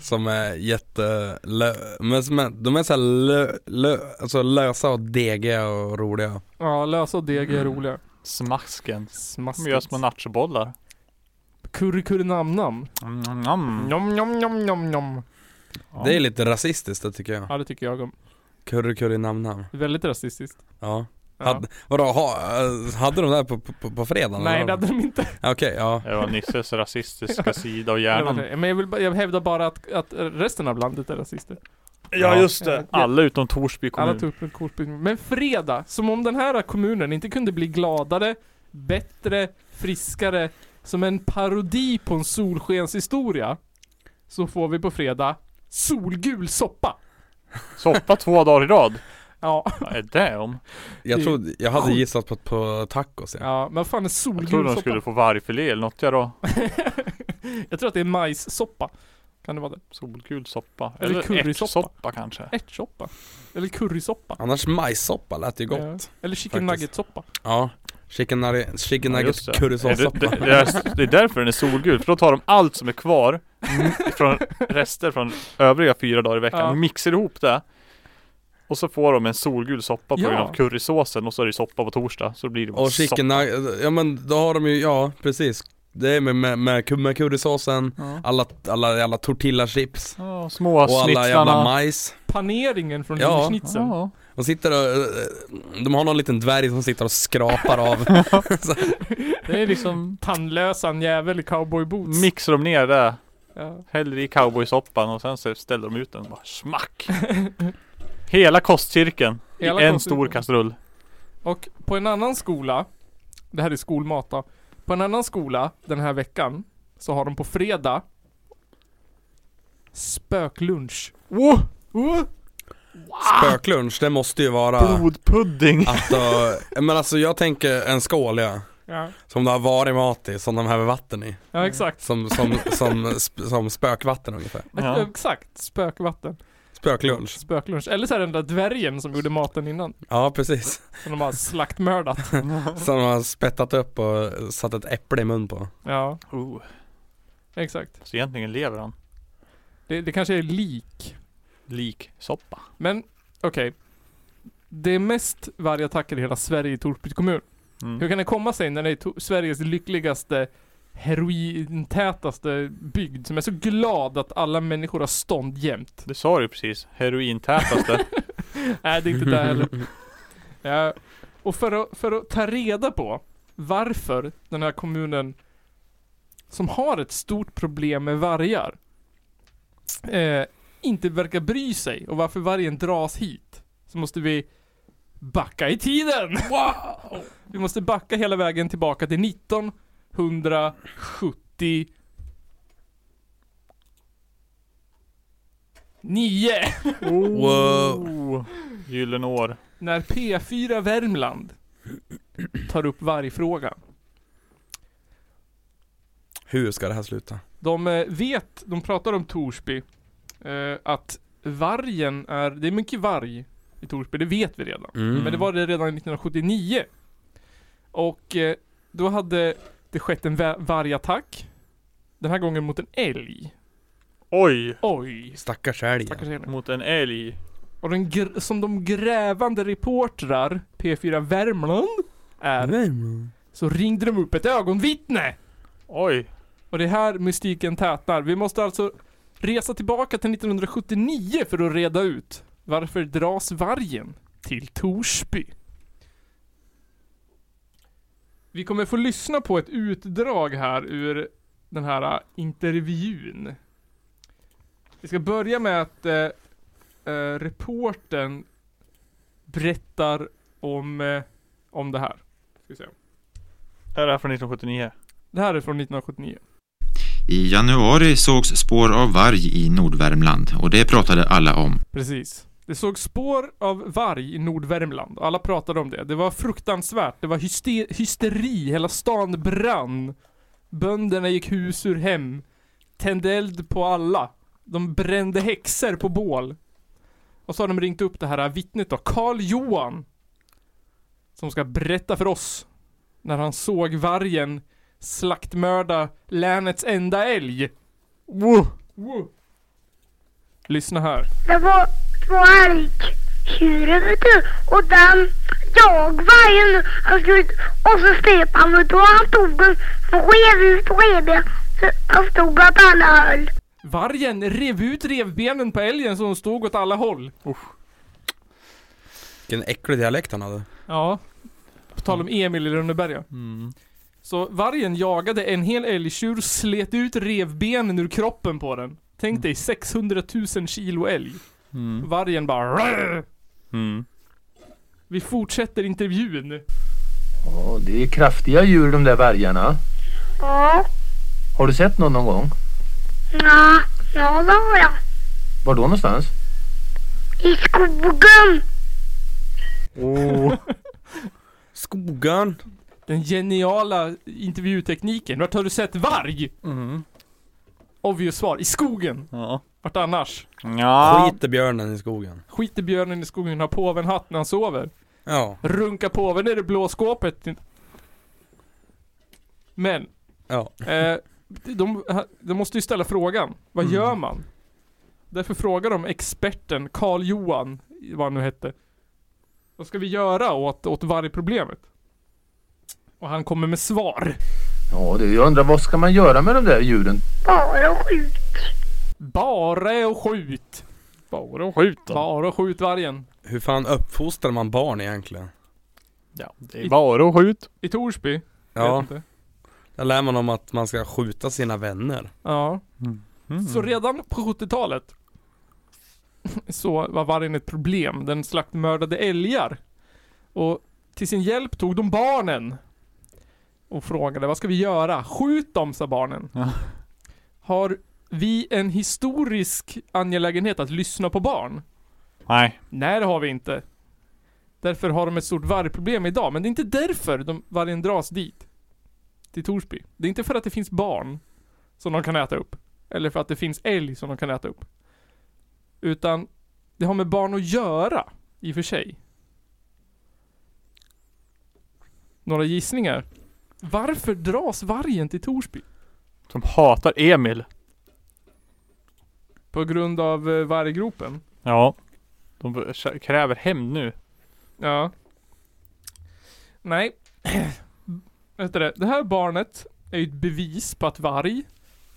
S1: Som är jätte... lö- Men som är, de är så här lö, lö, alltså lösa och degiga och roliga.
S2: Ja, lösa och deg är roliga.
S3: Smasken. De
S2: Smaskigt.
S3: Mm. gör små nachobollar.
S2: Curry curry nam nam.
S3: Mm, mm.
S2: Nom nom nom nom nom.
S3: Ja.
S1: Det är lite rasistiskt det tycker jag.
S2: Ja, det tycker jag om.
S1: Curry curry nam nam.
S2: Väldigt rasistiskt.
S1: Ja.
S2: Ja.
S1: Hade, vadå, ha, eh, hade de där på, på, på fredagen?
S2: Nej,
S1: eller?
S2: det hade de inte.
S1: Okej, ja.
S3: Det var Nisses rasistiska sida av
S2: Det var
S3: hjärnan.
S2: det. Men jag, vill, bara- jag hävdar bara att, att resten av landet är rasister.
S1: Ja, just
S2: det.
S3: Alla utom Torsby
S2: Alla
S3: kommun.
S2: tog upp en kortbild. Men fredag, som om den här kommunen inte kunde bli gladare, bättre, friskare, som en parodi på en solskenshistoria, så får vi på fredag solgul soppa.
S3: Soppa två dagar i rad.
S2: Ja,
S3: Vad är det om?
S1: Jag
S2: Det-
S1: trodde, jag hade
S2: Sjukt.
S1: gissat på, på tacos ja.
S2: ja men vad fan är
S3: Jag
S2: solgul soppa?
S3: trodde de skulle få vargfilé eller något ja då.
S2: Jag tror att det är majssoppa. Kan det vara det?
S3: Solgul soppa.
S2: Eller
S3: Eller
S2: currysoppa.
S3: ärtsoppa kanske.
S2: Ärtsoppa? Eller currysoppa? Eh,
S1: Annars majssoppa lät ju gott.
S2: Eller chicken
S1: Faktiskt.
S2: nuggetsoppa?
S1: Ja. Chicken, nugget- chicken
S3: Ja,
S1: nugget
S3: just det.
S1: currysåssoppa.
S3: Det, det, det, är, det är därför den är solgul, för då tar de allt som är kvar
S1: Mm.
S3: från rester från övriga fyra dagar i veckan,
S2: Ja.
S3: mixar ihop det och så får de en solgul soppa på
S2: Ja.
S3: grund av currysåsen och så är det soppa på torsdag, så blir det bara
S1: Och chicken nugget, ja men då har de ju, ja precis. Det är med, med, med, med currysåsen,
S3: soppa.
S1: alla, alla jävla tortillachips
S3: Ja, och små
S1: och alla jävla
S3: snitslarna.
S1: majs.
S2: Paneringen från
S1: Ja.
S2: ja. schnitzeln?
S3: Ja.
S1: De sitter och, eh, de har någon liten dvärg som sitter och skrapar av.
S3: <laughs> Det är liksom,
S2: Tandlösan jävel i cowboyboots?
S3: mixar de ner det,
S2: ja.
S3: häller i cowboysoppan och sen så ställer de ut den och bara smack! <laughs> Hela kostcirkeln i
S2: Hela
S3: en
S2: kostcirkeln.
S3: stor kastrull.
S2: Och på en annan skola, det här är skolmat då. På en annan skola den här veckan, så har de på fredag Spöklunch.
S3: Oh,
S2: Uh,
S1: Spöklunch, det måste ju vara
S2: <laughs>
S3: blodpudding!
S1: att, eh, men alltså jag tänker en skål ja.
S2: ja.
S1: Som det har varit mat i, som de här med vatten i.
S2: ja, exakt.
S1: Som, som, som, sp- som spökvatten ungefär.
S3: Mm. Ja.
S2: Exakt. Spökvatten.
S1: Spöklunch.
S2: Spöklunch. Eller så är det den där dvärgen som gjorde maten innan.
S1: Ja precis.
S2: Som de har slaktmördat.
S3: <laughs>
S1: Som de har spettat upp och satt ett äpple i mun på.
S2: Ja,
S3: Oh.
S2: exakt.
S3: Så egentligen lever han.
S2: Det, det kanske är lik.
S3: Liksoppa.
S2: Men okej. Det är mest vargattacker i hela Sverige i Torsby kommun. Hur
S3: Mm.
S2: kan det komma sig när det är to- Sveriges lyckligaste herointätaste bygd som är så glad att alla människor har stånd jämt?
S3: Det sa du precis.
S2: <laughs>
S3: Herointätaste.
S2: Nej, det är inte det heller. Ja. Och för att, för att ta reda på varför den här kommunen som har ett stort problem med vargar eh, inte verkar bry sig och varför vargen dras hit så måste vi backa i tiden. Wow! Vi måste backa hela vägen tillbaka till 1979.
S1: Wow.
S3: Oh. Gyllene år.
S2: när P4 Värmland tar upp vargfrågan.
S1: Hur ska det här sluta?
S2: De eh, vet, de pratar om Torsby, eh, att vargen är, det är mycket varg i Torsby, det vet vi redan.
S1: Mm.
S2: Men det var det redan 1979. Och eh, då hade det skett en va- vargattack. Den här gången mot en älg.
S3: Oj!
S2: Oj.
S1: Stackars älgen.
S2: Stackars älg.
S3: Mot en älg.
S2: Och den gr- som de grävande reportrar, P4 Värmland, är,
S1: Nej, men.
S2: så ringde de upp ett ögonvittne.
S3: Oj.
S2: Och det är här mystiken tätnar. Vi måste alltså resa tillbaka till 1979 för att reda ut varför dras vargen till Torsby? Vi kommer få lyssna på ett utdrag här ur den här äh, intervjun. Vi ska börja med att eh, eh, reporten berättar om, eh, om det här. Ska vi se.
S3: Är det här från 1979?
S2: Det här är från 1979.
S4: I januari sågs spår av varg i Nordvärmland och det pratade alla om.
S2: Precis. Det såg spår av varg i Nordvärmland. Alla pratade om det. Det var fruktansvärt. Det var hyste- hysteri. Hela stan brann. Bönderna gick hus ur hem. Tände eld på alla. De brände häxor på bål. Och så har de ringt upp det här vittnet då, Karl Johan. Som ska berätta för oss. När han såg vargen slaktmörda länets enda älg. Wow. Wow. Lyssna här.
S5: Det var två älgtjurar vet du. Och den jag vargen. Han skulle ut och så step han ut och han tog en rev ut revben. Så han stod att alla höll.
S2: Vargen rev ut revbenen på älgen så hon stod åt alla håll.
S1: Vilken äcklig dialekt han hade.
S2: Ja. På tal om Emil i Rönneberga.
S3: Mm.
S2: Så vargen jagade en hel älgtjur och slet ut revbenen ur kroppen på den. Tänk dig 600 000 kilo älg.
S3: Mm.
S2: Vargen bara "Rrr!"
S3: Mm.
S2: Vi fortsätter intervjun.
S6: Ja, det är kraftiga djur de där vargarna.
S5: Ja.
S6: Har du sett någon någon gång?
S5: Ja, ja det har jag.
S6: Var då någonstans?
S5: I skogen.
S1: Skogen.
S2: Den geniala intervjutekniken. Vart har du sett varg?
S3: Mm.
S2: Obvious svar. I skogen.
S3: Ja.
S2: Vart annars?
S3: Ja.
S1: Skiter björnen i skogen.
S2: Skiter björnen i skogen, har påven hatt när han sover.
S1: Ja,
S2: Runka påven i det blå skåpet. Men,
S1: ja.
S2: eh, de, de måste ju ställa frågan. Vad
S1: Mm.
S2: gör man? Därför frågar de experten Karl Johan, vad han nu hette. Vad ska vi göra åt, åt vargproblemet? Och han kommer med svar.
S6: Ja, det, jag undrar vad ska man göra med de där djuren?
S5: Bara skjut.
S2: Bara och skjut. Bara och skjut.
S3: Skjut dem.
S2: Bara och skjut vargen.
S1: Hur fan uppfostrar man barn egentligen?
S3: Ja. Det är bara att skjut.
S2: I Torsby. Vet
S1: Ja,
S2: inte.
S1: där lär man om att man ska skjuta sina vänner.
S2: Ja.
S3: Mm.
S2: Så redan på 70-talet så var vargen ett problem. Den slaktmördade älgar. Och till sin hjälp tog de barnen. Och frågade vad ska vi göra? Skjut dem, sa barnen.
S3: Ja.
S2: Har vi en historisk angelägenhet att lyssna på barn?
S3: Nej.
S2: Nej, det har vi inte. Därför har de ett stort vargproblem idag, men det är inte därför de vargen dras dit. Till Torsby. Det är inte för att det finns barn som de kan äta upp. Eller för att det finns älg som de kan äta upp. Utan det har med barn att göra, i och för sig. Några gissningar? Varför dras vargen till Torsby?
S3: Som hatar Emil.
S2: På grund av eh, varggropen.
S3: Ja. De b- k- kräver hem nu.
S2: Ja. Nej. <clears throat> Vet du det? Det här barnet är ju ett bevis på att varg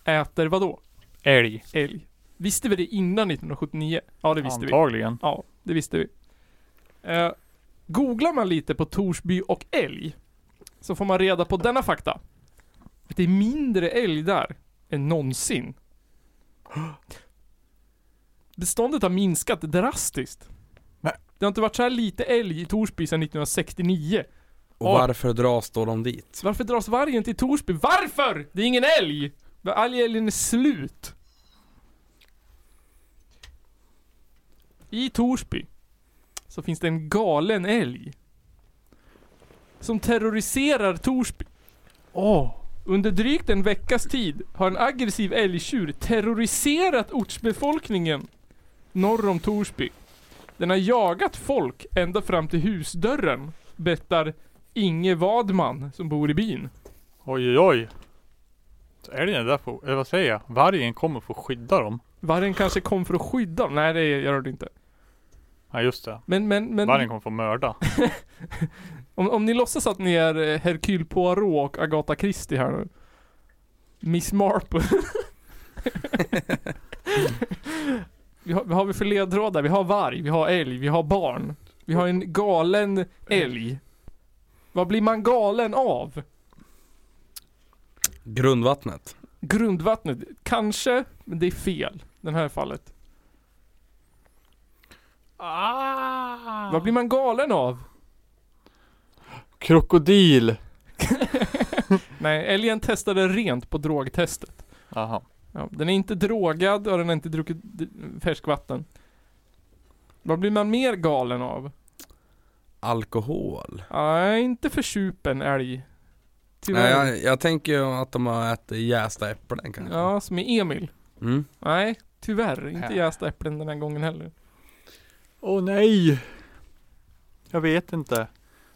S2: äter vadå?
S3: Älg.
S2: Älg. Visste vi det innan 1979? Ja, det visste vi.
S3: Antagligen.
S2: Ja, det visste vi. Eh, googlar man lite på Torsby och älg så får man reda på denna fakta. Att det är mindre älg där än någonsin. Beståndet har minskat drastiskt.
S3: Nej.
S2: Det har inte varit så här lite älg i Torsby sedan 1969.
S1: Och
S2: Ja.
S1: varför dras då de dit?
S2: Varför dras vargen till Torsby? Varför? Det är ingen älg! All älgen är slut. I Torsby så finns det en galen älg. Som terroriserar Torsby.
S3: Åh.
S2: Under drygt en veckas tid har en aggressiv älgtjur terroriserat ortsbefolkningen norr om Torsby. Den har jagat folk ända fram till husdörren, berättar Inge Vadman som bor i byn.
S3: Oj oj oj. Så Älgen är där för, eller vad säger jag? Vargen kommer för att skydda dem.
S2: Vargen kanske kom för att skydda dem. Nej, det gör den inte.
S3: Ja just det.
S2: Men, men, men.
S3: Vargen kommer för att mörda.
S2: Om, om ni låtsas att ni är eh, Hercule Poirot och Agatha Christie här nu. Miss Marple. <laughs> vi har, vad har vi för ledtrådar? Vi har varg, vi har älg, vi har barn. Vi har en galen älg. Vad blir man galen av?
S1: Grundvattnet.
S2: Grundvattnet? Kanske, men det är fel. Den här fallet.
S3: Ah.
S2: Vad blir man galen av?
S3: Krokodil.
S2: Nej, älgen testade rent på drogtestet.
S3: Jaha.
S2: Ja, den är inte drogad och den har inte druckit d- färskvatten. Vad blir man mer galen av?
S1: Alkohol.
S2: Nej, inte försupen älg.
S1: Nej,
S2: Tyvärr.
S1: jag, jag tänker ju att de har ätit jästa äpplen kanske.
S2: Ja, som i Emil.
S1: Mm.
S2: Nej, tyvärr. Inte
S3: Ja.
S2: jästa äpplen den här gången heller.
S3: Åh nej. Jag vet inte.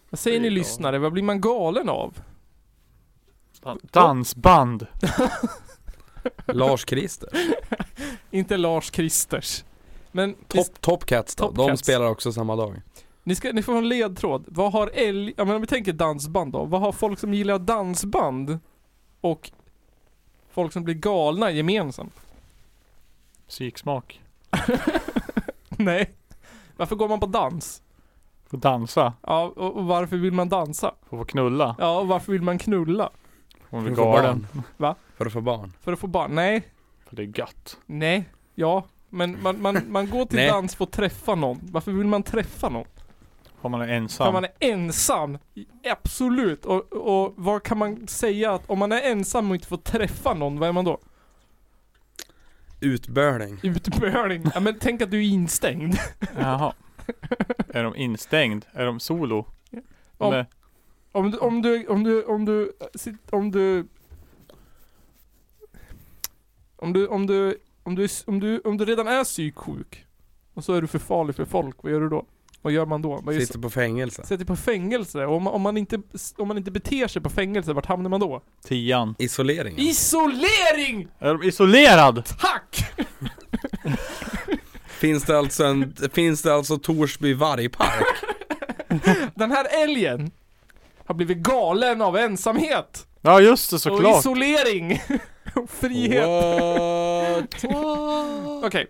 S2: Vad säger
S3: Det
S2: ni
S3: är bra.
S2: lyssnare? Vad blir man galen av?
S3: Dan- dansband.
S2: <laughs>
S1: Lars-Christer.
S2: Inte Lars Kristers. Men ni,
S1: Top, top Cats då.
S2: Top
S1: de
S2: Cats.
S1: spelar också samma dag.
S2: ni, ska, ni får en ledtråd. Vad har älg... Ja, men om vi tänker dansband då. Vad har folk som gillar dansband och folk som blir galna gemensamt? <laughs>
S3: Musiksmak.
S2: Nej. Varför går man på dans?
S3: Få dansa.
S2: Ja, och och varför vill man dansa?
S3: Få få knulla.
S2: Ja, och varför vill man knulla?
S3: Hon
S1: För
S3: blir
S1: att få
S3: galen.
S1: barn.
S2: Va?
S1: För att få barn.
S2: För att få barn? Nej,
S3: För det är gött.
S2: nej, ja. Men man, man, man går till
S1: Nej.
S2: dans för att träffa någon. Varför vill man träffa någon?
S3: Om man är
S2: För
S3: ensam.
S2: man är ensam. Absolut. Och, och vad kan man säga att om man är ensam och inte får träffa någon, vad är man då?
S1: Utbörning.
S2: Utbörning. Ja men tänk att du är instängd.
S3: Jaha. Är de instängd? Är de solo?
S2: Om-
S3: Eller-
S2: Om du, om du, om du, om du, eh, sit- om du Om du, om du, om du, om du, om du redan är psyksjuk och så är du för farlig för folk, vad gör du då? Vad gör man då? Man gör,
S1: Sitter på fängelse.
S2: sätter på fängelse, och om, om, man inte, om man inte beter sig på fängelse, vart hamnar man då?
S3: Tian.
S1: Isoleringen.
S2: Isolering!
S3: Är de isolerad?
S2: Tack!
S1: Finns det alltså en, finns det alltså Torsby vargpark?
S2: <laughs> Den här älgen har blivit galen av ensamhet
S3: Ja just det
S2: och
S3: såklart.
S2: isolering och <laughs> frihet.
S1: What?
S2: <laughs> Okej.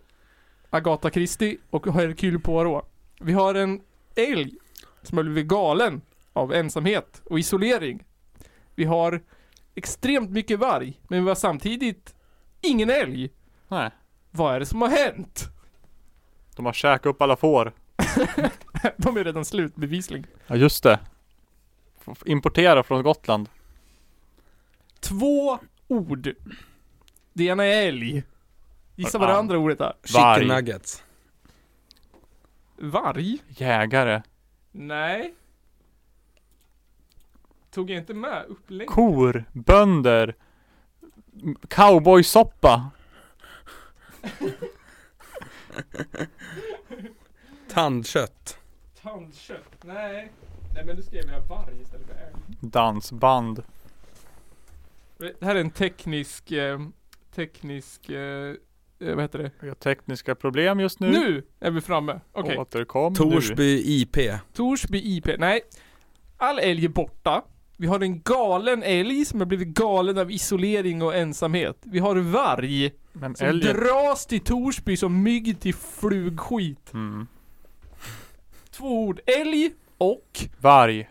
S2: Agatha Christie och Hercule Poirot. Vi har en älg som har blivit galen av ensamhet och isolering. Vi har extremt mycket varg, men vi har samtidigt ingen älg.
S3: Nej.
S2: Vad är det som har hänt? <laughs>
S3: De har käkat upp alla får.
S2: De är redan slut bevisligen.
S3: Ja just det. F- Importera från Gotland.
S2: Två ord. Det ena är älg. Gissa vad det andra ordet är.
S1: Chicken
S3: Varg.
S1: nuggets.
S2: Varg?
S3: Jägare.
S2: Nej. Tog jag inte med upplägg?
S3: Kor. Bönder. m- Cowboysoppa.
S1: Tandkött.
S2: Tandkött? Nej. Nej men nu skrev jag varg istället för älg.
S3: Dansband.
S2: Det här är en teknisk, eh, teknisk eh, eh, vad heter det?
S3: Vi har tekniska problem just nu.
S2: Nu, är vi framme. Okej. Mm.
S3: Återkom nu.
S1: Torsby IP.
S2: Torsby IP. Nej. All älg är borta. Vi har en galen älg som har blivit galen av isolering och ensamhet. Vi har varg
S3: Men
S2: som
S3: älgen.
S2: dras till Torsby som mygg till flugskit.
S3: Mm.
S2: Två ord. Älg och...
S3: Varg.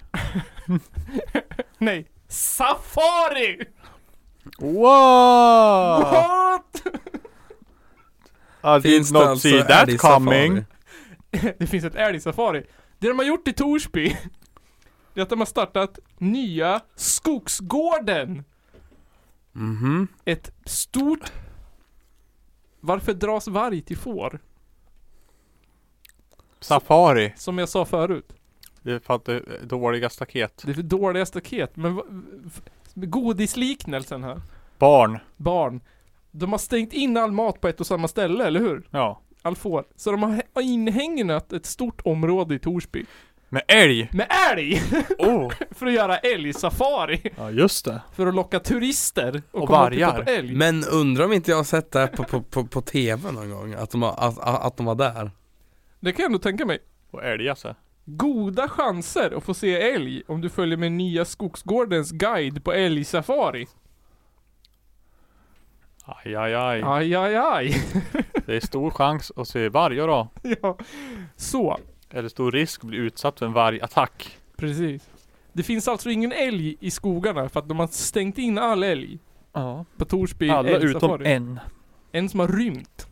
S2: Nej. Safari!
S3: Wow!
S2: What?
S3: I did not
S1: alltså-
S3: see that
S1: älg
S3: coming.
S1: safari?
S2: Det finns ett älgsafari. Det de har gjort i Torsby, det är att de har startat nya Skogsgården.
S1: Mhm.
S2: Ett stort... Varför dras varg till får?
S3: Safari.
S2: Som jag sa förut.
S3: Det är för att det är dåliga staket.
S2: Det är för dåliga staket, men va- f- godisliknelsen här.
S3: Barn.
S2: Barn. De har stängt in all mat på ett och samma ställe, eller hur?
S3: Ja.
S2: All får. Så de har he- inhägnat ett stort område i Torsby.
S3: Med älg.
S2: Med älg! <laughs>
S3: Oh.
S2: För att göra älgsafari.
S3: Ja just det.
S2: För att locka turister. Och,
S3: Och
S2: komma och
S3: vargar.
S2: titta på älg.
S1: Men undrar om inte jag har sett det här på, på, på, på TV någon gång? Att de, har, att, att att de var där.
S2: Det kan jag ändå tänka mig.
S3: Och alltså. älga sig.
S2: Goda chanser att få se älg om du följer med nya Skogsgårdens guide på älgsafari.
S3: Aj, aj, aj.
S2: Aj, aj, aj. <laughs>
S3: Det är stor chans att se vargar då.
S2: ja. Så.
S3: Eller stor risk att bli utsatt för en vargattack.
S2: Precis. Det finns alltså ingen älg i skogarna för att de har stängt in all älg
S3: Ja.
S2: på Torsby
S3: Alla utom
S2: älgsafari.
S3: en.
S2: En som har rymt.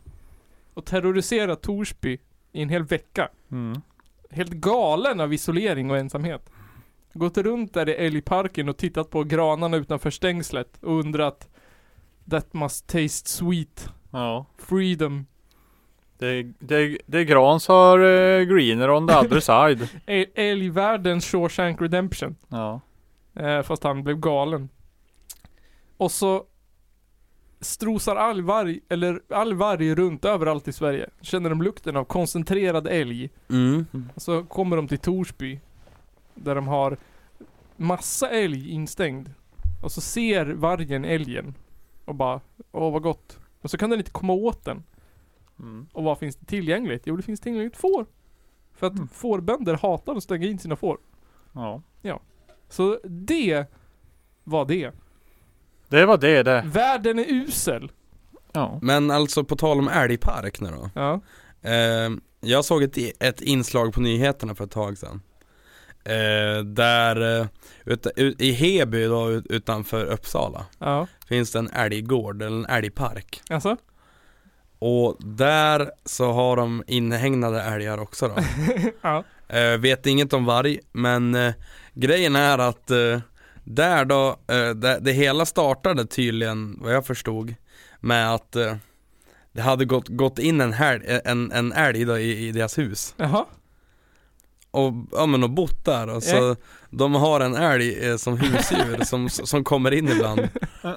S2: Och terroriserat Torsby i en hel vecka.
S3: Mm.
S2: Helt galen av isolering och ensamhet. Gått runt där i älgparken och tittat på granarna utanför stängslet och undrat That must taste sweet.
S3: Ja.
S2: Freedom.
S3: The, the, the grans are uh, greener on the other side.
S2: Ä- E-, Älgvärldens Shawshank Redemption.
S3: <laughs> Ja.
S2: Eh, fast han blev galen. Och så strosar all varg, eller all varg runt överallt i Sverige. Känner de lukten av koncentrerad älg.
S1: Mm.
S2: Och så kommer de till Torsby. Där de har massa älg instängd. Och så ser vargen älgen. Och bara, åh vad gott. Och så kan den inte komma åt den.
S3: Mm.
S2: Och vad finns det tillgängligt? Jo det finns tillgängligt får. För att
S3: Mm.
S2: fårbönder hatar att stänga in sina får.
S3: ja.
S2: Så det var det.
S3: Det var det det.
S2: Världen är usel.
S3: Ja.
S1: Men alltså på tal om älgpark nu då.
S2: Ja.
S1: Eh, jag såg ett, i- ett inslag på nyheterna för ett tag sedan. Eh, där eh, ut, ut, i Heby då ut, utanför Uppsala
S2: Ja.
S1: finns det en älggård eller en älgpark.
S2: Alltså?
S1: Och där så har de inhägnade älgar också då.
S2: Ja.
S1: Eh, vet inget om varg, men eh, grejen är att eh, där då, eh, det, det hela startade tydligen, vad jag förstod, med att eh, det hade gått, gått in en, helg, en, en älg då i, i deras hus
S2: Jaha.
S1: och, ja, men, och bott där. Och så
S2: Ja.
S1: De har en älg eh, som
S2: <laughs>
S1: husdjur som, som kommer in ibland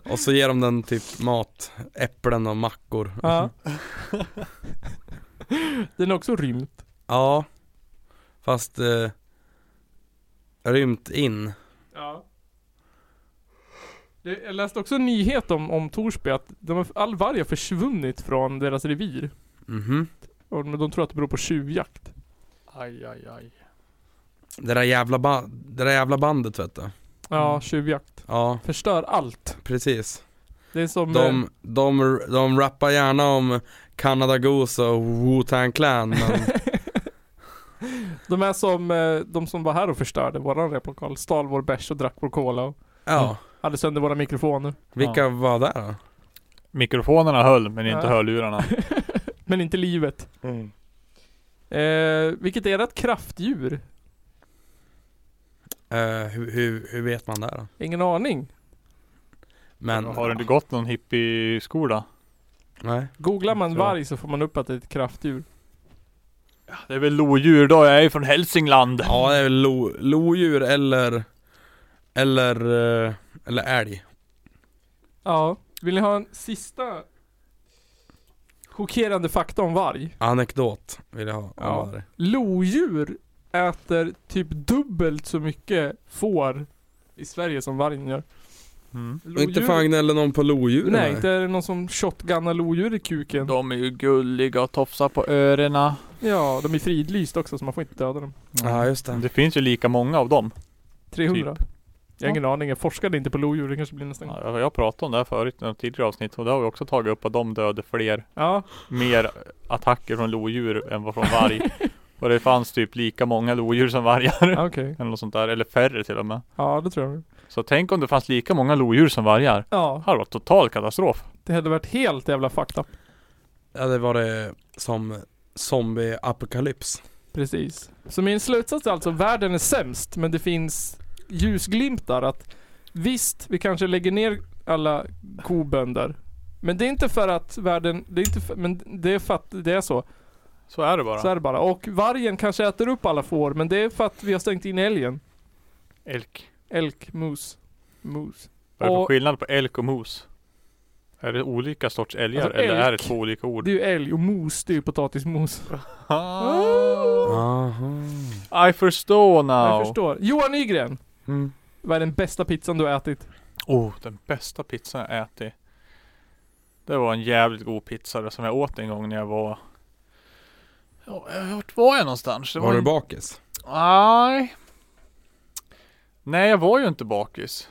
S1: och så ger de den typ mat, äpplen och mackor. <laughs>
S2: Ja. Den är också rymt.
S1: Ja, fast eh, rymt in.
S2: Ja. Det, jag läste också en nyhet om, om Torsby att de, har- all varg har försvunnit från deras revir.
S1: Mhm.
S2: Och de, de tror att det beror på tjuvjakt.
S3: Aj, aj, aj.
S1: Det där jävla, ba- det där jävla bandet vet du.
S2: Ja,
S3: Mm.
S2: tjuvjakt.
S1: Ja,
S2: Förstör allt.
S1: precis.
S2: Det är som... eh,
S1: De, de, de rappar gärna om Canada Goose och Wu-Tang Clan
S2: <laughs>
S1: men
S2: de är som eh, de som var här och förstörde våran replokal. Stal vår bärs och drack vår cola och
S1: ja,
S2: hade sönder våra mikrofoner.
S1: vilka var där då?
S3: Mikrofonerna höll men inte
S2: Ja.
S3: hörlurarna.
S2: Men inte livet.
S3: Mm.
S2: Eh, vilket är ett kraftdjur?
S1: Eh, hur, hur, hur vet man det då?
S2: Ingen aning.
S1: Men,
S3: Har du inte gått någon hippieskola?
S1: nej.
S2: Googlar man
S3: Ja.
S2: varg så får man upp att det är ett kraftdjur.
S3: Det är väl lodjur då, jag är ju från Hälsingland.
S1: Ja det är väl lo, lodjur eller, eller, eh, eller älg.
S2: Ja. Vill ni ha en sista chockerande fakta om varg?
S1: Anekdot vill jag ha om
S2: Ja.
S1: varg.
S2: Lodjur äter typ dubbelt så mycket får i Sverige som vargen gör.
S3: Mm.
S1: Och inte fan gnäller någon på lodjur
S2: Nej, inte är det någon som shotgunnar lodjur i kuken.
S3: De är ju gulliga och tofsar på öronen.
S2: Ja, de är fridlysta också så man får inte döda dem.
S1: Ja ah, just det
S3: Det finns ju lika många av dem.
S2: 300.
S3: Typ.
S2: Jag har ingen aning, jag forskade inte på lodjur. Det kanske blir nästa gång.
S3: Ja, Jag pratade om det här förut i något tidigare avsnitt och det har vi också tagit upp att de dödade fler,
S2: Ja,
S3: mer attacker från lodjur än vad från varg. och det fanns typ lika många lodjur som vargar. <laughs>
S2: okej.
S3: Eller något sånt där, eller färre till och med.
S2: Ja, det tror jag.
S3: Så tänk om det fanns lika många lodjur som vargar.
S2: Ja,
S3: Det hade varit total katastrof.
S2: det hade varit helt jävla fucked up.
S1: Ja det var det som zombie-apokalyps
S2: Precis. Så min slutsats är alltså, världen är sämst, men det finns ljusglimtar att visst, vi kanske lägger ner alla kobönder. Men det är inte för att världen, det är inte för, men det är för att det är så.
S3: Så är det bara.
S2: Så är det bara. Och vargen kanske äter upp alla får, men det är för att vi har stängt in älgen.
S3: Elk.
S2: Älk, mus, mus.
S3: Vad är det för
S2: Och-
S3: skillnad på elk och mos? Är det olika sorts älgar
S2: Alltså,
S3: eller är det
S2: elk-
S3: två olika ord?
S2: Det är ju älg och mos, det är ju potatismos.
S3: Ah,
S1: Aha.
S3: I förstår now.
S2: Jag förstår. Johan Nygren,
S3: Mm.
S2: vad är den bästa pizzan du har ätit?
S3: Oh, den bästa pizzan jag ätit. Det var en jävligt god pizza där som jag åt en gång när jag var... Ja, vart var jag någonstans? Det
S1: Var du
S3: en-
S1: bakis?
S3: Nej. Nej, jag var ju inte bakis.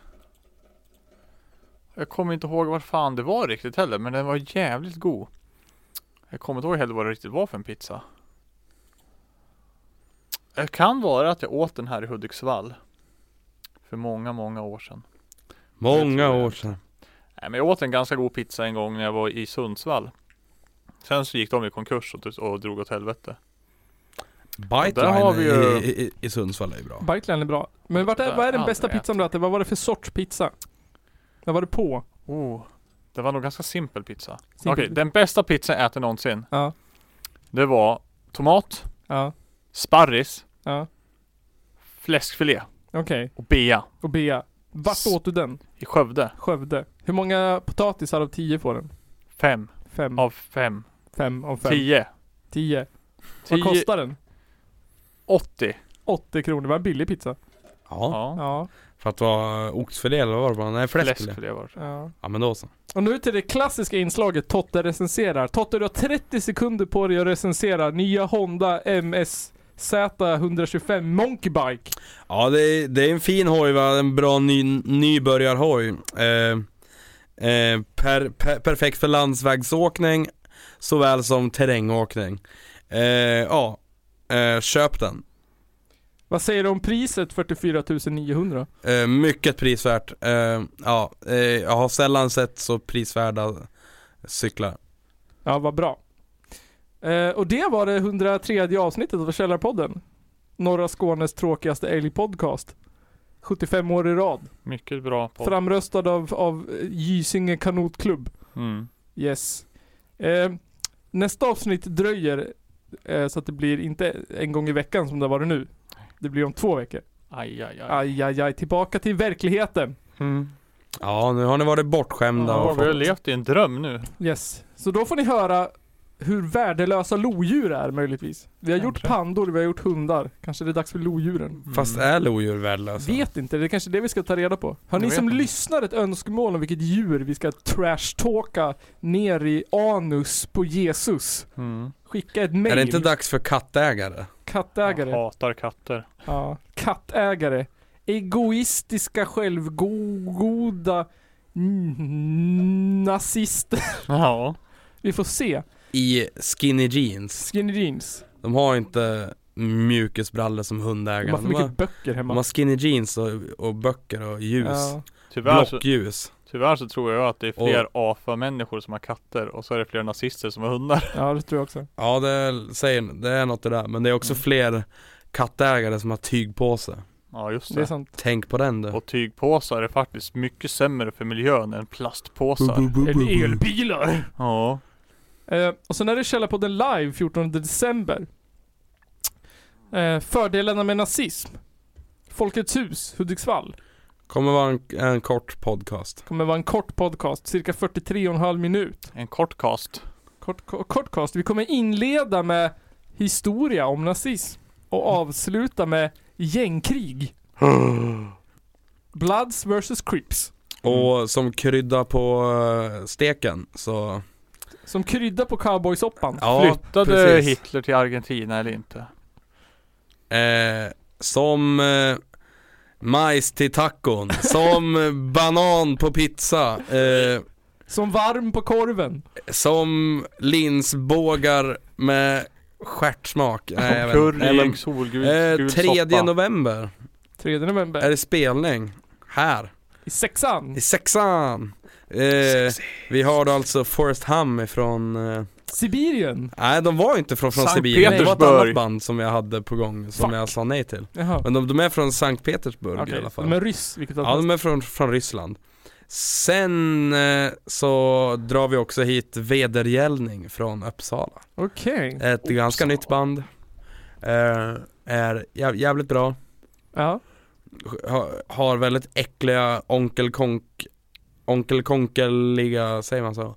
S3: Jag kommer inte ihåg vad fan det var riktigt heller, men den var jävligt god. Jag kommer inte ihåg heller vad det riktigt var för en pizza. Det kan vara att jag åt den här i Hudiksvall. För många, många år sedan.
S1: Många
S3: tror jag.
S1: år sedan
S3: Nej, men jag åt en ganska god pizza en gång när jag var i Sundsvall. Sen så gick de i konkurs och, och drog åt helvete. Där har
S1: Biteline
S3: vi ju-
S1: i, i, i Sundsvall är ju bra
S2: Bikeland är bra. Men vart är, vad är den bästa
S3: Aldrig
S2: pizzan du ätit? Vad var det för sorts pizza? Vad var det på?
S3: Oh, det var nog ganska simpel pizza.
S2: Simpel
S3: Okej,
S2: pizza.
S3: den bästa pizza jag ätit någonsin.
S2: Ja.
S3: Det var tomat,
S2: Ja,
S3: sparris,
S2: ja.
S3: fläskfilé
S2: Okej.
S3: och bea
S2: Och Bea. Vart åt du den?
S3: i Skövde.
S2: Skövde. Hur många potatisar av tio får den?
S3: Fem
S2: Fem.
S3: av fem.
S2: Fem av Mm. fem.
S3: Tio.
S2: Tio. Vad
S3: Tio.
S2: kostar den?
S3: 80.
S2: 80 kronor. Det var en billig pizza.
S1: Ja,
S3: Ja.
S2: Ja.
S1: för att vara oxfilé eller vad var det? Nej fläskfilé
S3: Fläskfilé var det.
S2: ja.
S1: Ja men då så
S2: Och nu till det klassiska inslaget Totte recenserar. Totte, du har 30 sekunder på dig att recensera nya Honda MSZ 125 Monkeybike.
S1: Ja det är, det är en fin hoj va, en bra ny, nybörjarhoj eh, eh, per, per, Perfekt för landsvägsåkning såväl som terrängåkning eh, Ja, eh, köp den
S2: Vad säger du om priset 44 900?
S1: eh, Mycket prisvärt, eh, ja, eh, jag har sällan sett så prisvärda cyklar
S2: Ja, vad bra. Eh, och det var det 103 avsnittet av Källarpodden. Norra Skånes tråkigaste älgpodcast. 75 år i rad.
S3: Mycket bra podd.
S2: Framröstad av, av eh, Gysinge kanotklubb.
S3: Mm.
S2: Yes. Eh, nästa avsnitt dröjer eh, så att det blir inte en gång i veckan som det har varit nu. Det blir om två veckor.
S3: Aj, aj, aj.
S2: Aj, aj, aj. Tillbaka till verkligheten.
S3: Mm.
S1: Ja nu har ni varit bortskämda
S3: Ja,
S1: och
S3: vi har
S1: fått,
S3: levt i en dröm nu. Mm.
S2: Yes. Så då får ni höra hur värdelösa lodjur är möjligtvis. Vi har gjort
S3: Kanske.
S2: pandor, vi har gjort hundar. Kanske det är dags för lodjuren.
S1: fast är lodjur alltså? värdelösa?
S2: Vet inte, det är kanske det vi ska ta reda på. Har
S3: Jag
S2: ni
S3: vet
S2: som
S3: inte.
S2: lyssnar ett önskemål om vilket djur vi ska trashtalka ner i anus på Jesus?
S3: Mm.
S2: Skicka ett
S1: Är
S2: mail.
S1: det inte dags för kattägare?
S2: Kattägare.
S3: Jag hatar katter. <laughs>
S2: Ja. Kattägare. Egoistiska, självgoda mm, nazister.
S3: Ja.
S2: Vi får se.
S1: I skinny jeans?
S2: Skinny jeans.
S1: De har inte mjukisbrallor som
S2: De har för
S1: hundägare. De har,
S2: mycket böcker
S1: de
S2: hemma.
S1: har skinny jeans och, och böcker och ljus.
S2: Ja.
S3: Tyvärr så,
S1: Blockljus.
S3: tyvärr så tror jag att det är fler AFA-människor som har katter och så är det fler nazister som har hundar. <laughs>
S2: ja, det tror jag också.
S1: Ja det är, säger, det är något det där. Men det är också
S2: Mm.
S1: fler kattägare som har tyg på sig.
S3: Ja, just
S2: Det är
S3: det.
S2: sant.
S1: Tänk på den du.
S3: Och tygpåsar är faktiskt mycket sämre för miljön än plastpåsar.
S2: Eller elbilar.
S3: Ja.
S2: Eh, och sen är det Källarpodden live 14 december. Eh, fördelarna med nazism. Folkets hus, Hudiksvall.
S1: Kommer vara en, en kort podcast.
S2: Kommer vara en kort podcast, cirka 43,5 minut.
S3: En kort cast.
S2: Kort, ko- kortcast. Vi kommer inleda med historia om nazism och avsluta med gängkrig. Bloods vs Crips.
S1: Och som krydda på eh, steken så
S2: Som krydda på cowboysoppan.
S1: Ja,
S3: Flyttade
S1: precis.
S3: Hitler till Argentina eller inte?
S1: Eh, som eh, majs till tacon, som eh, banan på pizza, eh,
S2: Som varm på korven.
S1: som linsbågar med stjärtsmak. Nej, jag vet inte.
S3: Curry,
S1: Eller,
S3: ägg, solgul,
S1: eh,
S3: gul
S1: 3
S3: soppa.
S1: november
S2: 3
S1: är
S2: november.
S1: det spelning. Här,
S2: I sexan.
S1: i sexan. Eh, vi har då alltså Forrest Hum ifrån, eh,
S2: Sibirien.
S1: nej de var ju inte från, från
S3: Sankt
S1: Sibirien, det var ett annat
S3: Petersburg.
S1: band som jag hade på gång som
S2: Fuck.
S1: jag sa nej till.
S2: Jaha.
S1: Men de, de är från Sankt Petersburg i
S2: Okej,
S1: alla fall.
S2: de är ryss, vilket alltså-
S1: Ja,
S2: ja,
S1: de är från, från Ryssland. Sen eh, så drar vi också hit Vedergällning från Uppsala.
S2: Okej.
S1: Ett ganska nytt band. Eh, är jä- jävligt bra.
S2: Ja.
S1: Ha, har väldigt äckliga onkel konk onkel konkeliga, säger man så?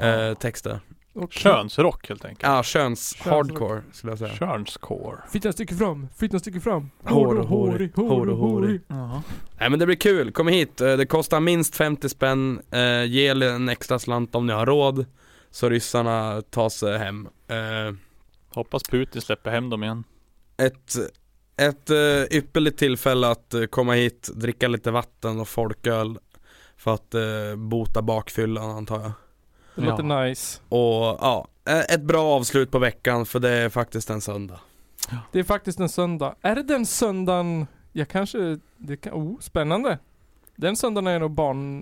S1: Eh, texter.
S2: okej.
S3: Könsrock helt enkelt.
S1: Ja, ah, köns hardcore skulle jag säga.
S3: Könscore.
S2: Fittan sticker fram, fittan sticker fram.
S1: Hår och
S2: Hår och hårig,
S1: hårig,
S2: hår och hårig.
S1: Nej men det blir kul, kom hit. Eh, Det kostar minst 50 spänn, eh, ge er en extra slant om ni har råd. Så ryssarna tar sig hem. Eh,
S3: Hoppas Putin släpper hem dem igen.
S1: ett, ett eh, ypperligt tillfälle att eh, komma hit, dricka lite vatten och folköl för att eh, bota bakfyllan antar jag.
S2: Det låter nice.
S1: Och ja, eh, ett bra avslut på veckan för det är faktiskt en söndag.
S2: Det är faktiskt en söndag. Är det den söndagen jag kanske... Det kan, oh, spännande. Den söndagen är jag nog barn...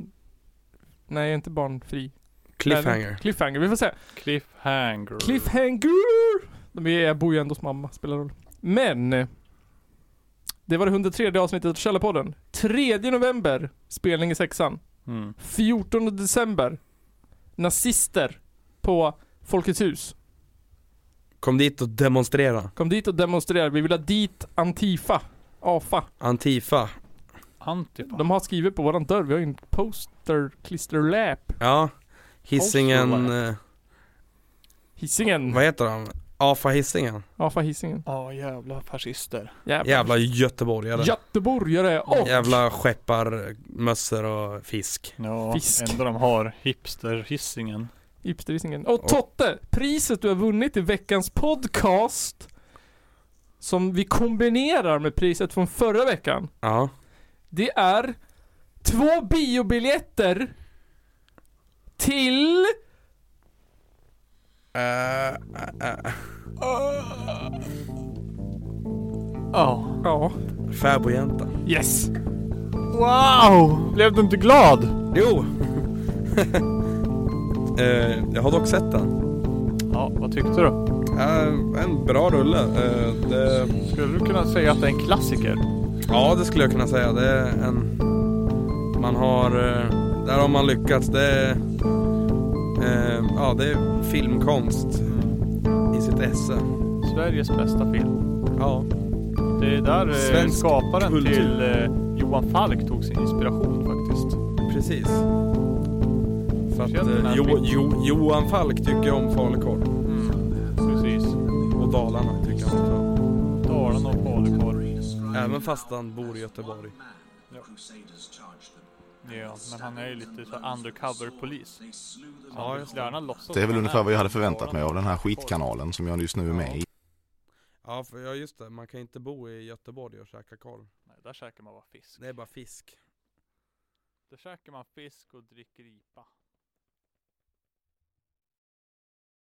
S2: Nej, jag är inte barnfri.
S1: Cliffhanger.
S2: Nej, cliffhanger, vi får se.
S3: Cliffhanger.
S2: Cliffhanger! De är- Jag bor ju ändå hos mamma, spelar roll. Men! eh, Det var det 103 avsnittet av Källarpodden. 3 november, spelning i sexan.
S3: Mm.
S2: 14 december, nazister på Folkets hus.
S1: Kom dit och demonstrera.
S2: Kom dit och demonstrera. Vi vill ha dit Antifa. AFA.
S1: Antifa.
S3: Antifa.
S2: De har skrivit på våran dörr, vi har ju en poster, klisterläp.
S1: Ja. Hissingen, eh,
S2: Hisingen.
S1: vad heter han? AFA Hissingen.
S2: AFA Hisingen.
S3: Ja jävla fascister.
S2: Jävlar.
S1: Jävla göteborgare.
S2: Göteborgare och...
S1: Jävla skepparmössor och fisk.
S3: Ja,
S2: Fisk.
S3: enda de har hipsterhissingen.
S2: Hipstervisningen. Och Totte, priset du har vunnit i veckans podcast som vi kombinerar med priset från förra veckan.
S1: Ja.
S2: Det är två biobiljetter till... Eh.
S3: Ja.
S2: Ja.
S1: Fäbodjänta.
S2: Yes.
S3: Wow! Blev du inte glad?
S1: Jo! <laughs> eh, jag har dock sett den.
S3: Ja, vad tyckte du?
S1: Eh, en bra rulle. Eh, det,
S3: Skulle du kunna säga att det är en klassiker?
S1: ja, det skulle jag kunna säga. Det är en... Man har... Eh, där har man lyckats. Det är... Eh, ja, det är filmkonst i sitt esse.
S3: Sveriges bästa film.
S1: Ja.
S3: Det är där eh,
S1: Svensk
S3: skaparen
S1: kultur.
S3: till eh, Johan Falk tog sin inspiration faktiskt.
S1: Precis. För att,
S3: Känner
S1: eh,
S3: man-
S1: jo, jo, Johan Falk tycker om falukorv.
S7: Mm.
S3: Precis.
S1: Och Dalarna tycker han också om.
S3: Dalarna och falukorv.
S1: Även fast han bor i Göteborg.
S3: Ja, men han är ju lite så här undercover polis. Så han vill gärna låtsas
S7: Det är väl
S3: att han
S7: ungefär vad jag hade förväntat mig av den här
S3: Dalarna.
S7: skitkanalen som jag just nu är med i.
S1: Ja, för, ja just det. Man kan inte bo i Göteborg och käka korv.
S3: Nej, där käkar man bara fisk.
S1: Det är bara fisk.
S3: Där käkar man fisk och dricker IPA.